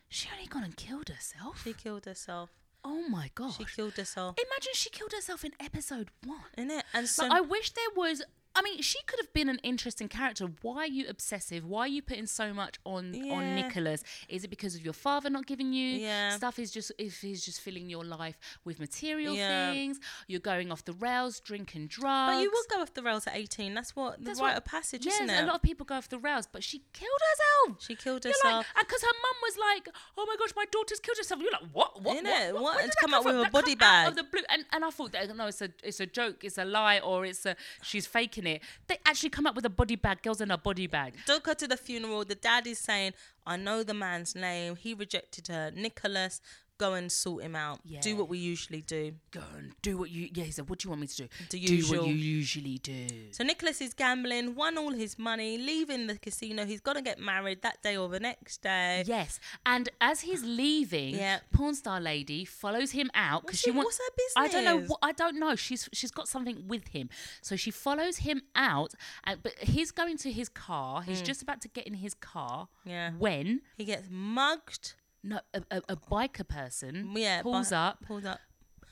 S1: She only gone and killed herself.
S2: She killed herself.
S1: oh my gosh!
S2: She killed herself.
S1: Imagine she killed herself in episode one.
S2: In it, and so
S1: But I wish there was. I mean, she could have been an interesting character. Why are you obsessive? Why are you putting so much on on
S2: Yeah.
S1: Nicholas? Is it because of your father not giving you
S2: Yeah.
S1: stuff? Is just if he's just filling your life with material
S2: Yeah.
S1: things? You're going off the rails, drinking drugs.
S2: But you will go off the rails at 18. That's what the
S1: That's
S2: rite
S1: what-
S2: of passage,
S1: Yes,
S2: isn't it?
S1: a lot of people go off the rails, but she killed herself.
S2: she killed
S1: You're
S2: herself.
S1: like, because her mum was like, "Oh my gosh, my daughter's killed herself." You're like, "What? What?
S2: Innit?
S1: What?
S2: What?
S1: where
S2: And
S1: did
S2: to
S1: that
S2: come out
S1: from?
S2: with a
S1: That
S2: body
S1: come out of
S2: bag.
S1: the blue." And, and I thought, that, "No, it's a it's a joke, it's a lie, or it's a she's faking it." They actually come up with a body bag. Girls in a body bag.
S2: Don't go to the funeral. The dad is saying, I know the man's name. He rejected her. Nicholas, go and sort him out. Do
S1: Yeah.
S2: what we usually do.
S1: Go and do what you. Yeah, he said, "What do you want me to do?
S2: The
S1: do
S2: usual."
S1: what you usually do."
S2: So Nicholas is gambling, won all his money, leaving the casino. He's going to get married that day or the next day.
S1: Yes, and as he's leaving,
S2: Yeah.
S1: porn star lady follows him out because
S2: What's
S1: she
S2: she-
S1: wants.
S2: what's her
S1: I don't know.
S2: business?
S1: What, I don't know. She's she's got something with him, so she follows him out. And but he's going to his car. He's just about to get in his car.
S2: Hmm. Yeah.
S1: When
S2: He gets mugged.
S1: no, a, a, a biker person
S2: Mm, Yeah.
S1: pulls
S2: but-
S1: up,
S2: Pulls up.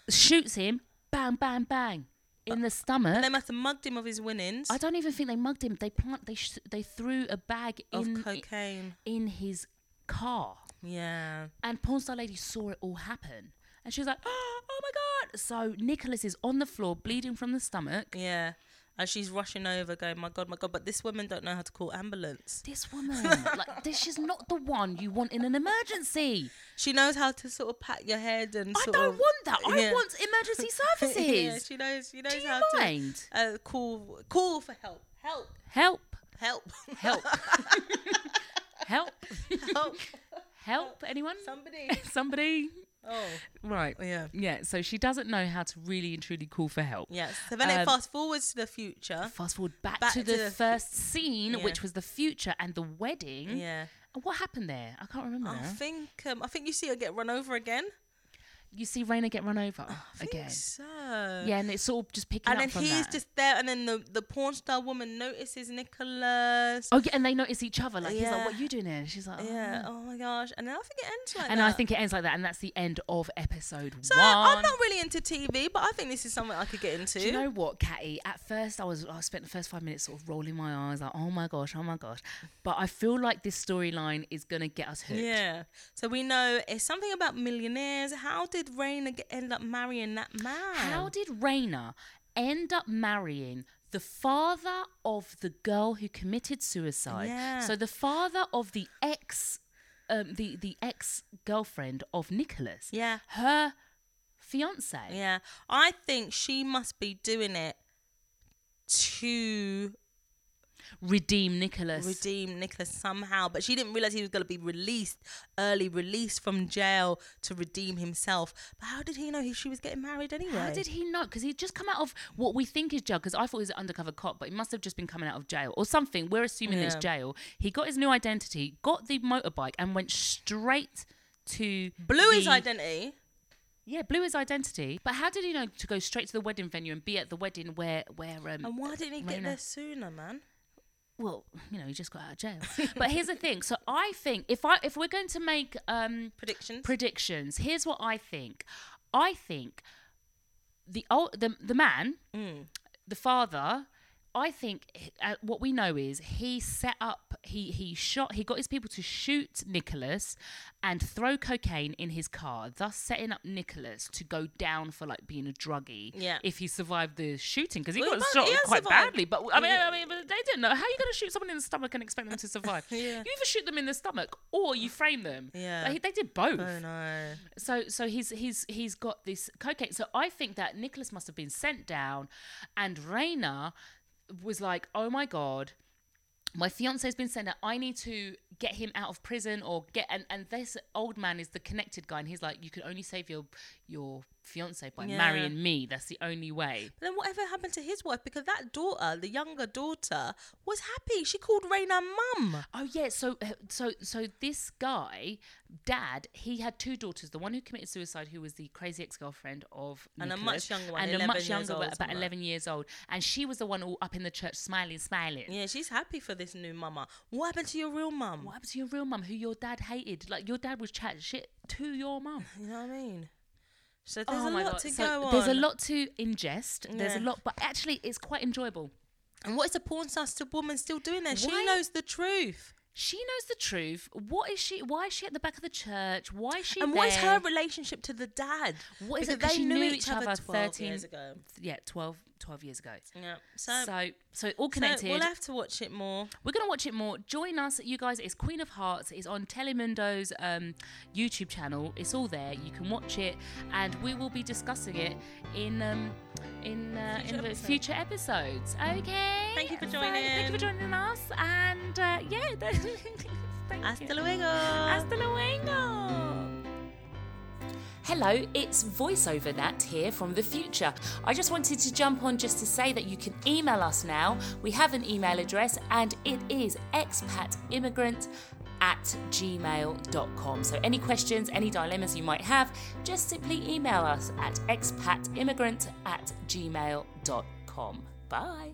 S1: shoots him, bang, bang, bang, in the stomach.
S2: They must have mugged him of his winnings
S1: I don't even think they mugged him. They plant. They sh- they threw a bag
S2: of
S1: in
S2: cocaine.
S1: in his car.
S2: Yeah.
S1: And porn star lady saw it all happen. And she was like, [GASPS] oh, oh my God. So Nicholas is on the floor, bleeding from the stomach.
S2: Yeah. And she's rushing over, going, My God, my God, but this woman don't know how to call ambulance.
S1: This woman, like, this is not the one you want in an emergency.
S2: She knows how to sort of pat your head and
S1: I
S2: sort
S1: don't
S2: of-
S1: want that. I
S2: Yeah.
S1: want emergency
S2: [LAUGHS] yeah, [LAUGHS]
S1: services.
S2: she knows she knows
S1: Do you
S2: how
S1: mind?
S2: to uh, call call for help. Help.
S1: Help,
S2: Help.
S1: help, help,
S2: [LAUGHS] help.
S1: help, anyone?
S2: [LAUGHS] Somebody.
S1: [LAUGHS] Somebody.
S2: Oh.
S1: Right.
S2: Yeah.
S1: Yeah, so she doesn't know how to really and truly call for help.
S2: Yes. So then
S1: Um,
S2: it fast forwards to the future.
S1: Fast forward back,
S2: Back
S1: to, the,
S2: to the-
S1: first scene,
S2: Yeah.
S1: which was the future and the wedding.
S2: Yeah.
S1: And What happened there? I can't remember.
S2: I
S1: now.
S2: think um, I think you see her get run over again.
S1: you see Raina get run over
S2: I think
S1: again.
S2: So.
S1: Yeah, and it's all just picking
S2: And
S1: up
S2: then
S1: from
S2: he's
S1: that.
S2: just there, and then the, the porn star woman notices Nicholas.
S1: oh yeah, and they notice each other. Like he's like,
S2: Yeah.
S1: "What are you doing here?" And she's like, oh,
S2: Yeah.
S1: no."
S2: Oh my gosh. And then I think it ends like
S1: And
S2: that.
S1: I think it ends like that, and that's the end of episode
S2: so.
S1: one.
S2: I'm not really into TV, but I think this is something I could get into.
S1: Do you know what, Catty? At first, I was I spent the first five minutes sort of rolling my eyes, like, "Oh my gosh, oh my gosh," but I feel like this storyline is gonna get us hooked.
S2: yeah. So we know it's something about millionaires. How did Raina get, end up marrying that man?
S1: How did Raina end up marrying the father of the girl who committed suicide?
S2: Yeah.
S1: So the father of the ex, um, the the ex girlfriend of Nicholas.
S2: Yeah.
S1: Her fiance.
S2: Yeah. I think she must be doing it to
S1: Redeem Nicholas.
S2: redeem Nicholas somehow, but she didn't realize he was going to be released early, released from jail to redeem himself. But how did he know he, she was getting married anyway?
S1: How did he know? Because he'd just come out of what we think is jail. Because I thought he was an undercover cop, but he must have just been coming out of jail or something. We're assuming it's
S2: Yeah.
S1: jail. He got his new identity, got the motorbike, and went straight to
S2: Blew his
S1: the-
S2: identity.
S1: Yeah, blew his identity. But how did he know to go straight to the wedding venue and be at the wedding where where um
S2: And why didn't he get
S1: Raina-
S2: there sooner, man?
S1: well, you know, he just got out of jail. [LAUGHS] but here's the thing. So I think if I if we're going to make um
S2: Predictions.
S1: predictions, here's what I think.
S2: Mm.
S1: I think the old the the man, the father I think h- uh, what we know is he set up, he he shot, he got his people to shoot Nicholas and throw cocaine in his car, thus setting up Nicholas to go down for like being a druggie.
S2: Yeah.
S1: If he survived the shooting, because he
S2: Well,
S1: got
S2: he mu-
S1: shot
S2: he has
S1: quite
S2: survived.
S1: badly. But I mean,
S2: Yeah.
S1: I mean, but they didn't know how you going to shoot someone in the stomach and expect them
S2: [LAUGHS]
S1: to survive.
S2: Yeah.
S1: You either shoot them in the stomach or you frame them.
S2: Yeah.
S1: Like, he- they did both.
S2: Oh no.
S1: So so he's he's he's got this cocaine. So I think that Nicholas must have been sent down, and Raina was like, "Oh my god." My fiance's been sent out. I need to get him out of prison or get and, and this old man is the connected guy and he's like, You can only save your your fiance by
S2: Yeah.
S1: marrying me. That's the only way.
S2: But then whatever happened to his wife? Because that daughter, the younger daughter, was happy. She called Raina mum.
S1: Oh yeah, so so so this guy, dad, he had two daughters. The one who committed suicide, who was the crazy ex-girlfriend of
S2: And a
S1: Nicholas,
S2: much younger one,
S1: and
S2: 11
S1: a much
S2: years
S1: younger,
S2: old,
S1: one, about
S2: something like
S1: eleven years old, and she was the one all up in the church smiling, smiling.
S2: Yeah, she's happy for this new mama. What happened to your real mum?
S1: What happened to your real mum, who your dad hated? Like your dad was chatting shit to your mum.
S2: You know what I mean? So there's
S1: oh
S2: a
S1: my
S2: lot
S1: god,
S2: to
S1: so
S2: go on.
S1: there's a lot to ingest. There's a
S2: Yeah.
S1: lot, but actually, it's quite enjoyable.
S2: And what is a porn star still woman still doing there?
S1: Why-
S2: She knows the truth.
S1: She knows the truth. What is she? Why is she at the back of the church? Why is she?
S2: and what is
S1: there?
S2: her relationship to the dad?
S1: What is it?
S2: Because
S1: 'Cause she knew each other
S2: 12
S1: 13
S2: years ago.
S1: yeah 12 12 years ago
S2: Yeah.
S1: so
S2: So, so
S1: so, all connected
S2: we'll have to watch it more.
S1: we're gonna watch it more join us you guys it's queen of hearts it's on telemundo's um, youtube channel it's all there you can watch it and we will be discussing it in um, in, uh,
S2: Future
S1: in the
S2: episodes.
S1: future episodes okay
S2: Thank you for
S1: So,
S2: joining.
S1: thank you for joining us and uh, yeah [LAUGHS] thank you.
S2: Hasta luego.
S1: Hasta luego. Hello, it's VoiceOver Nat here from the future. I just wanted to jump on just to say that you can email us now. We have an email address and it is expatimmigrant at gmail.com. So any questions, any dilemmas you might have, just simply email us at expatimmigrant at gmail.com. Bye.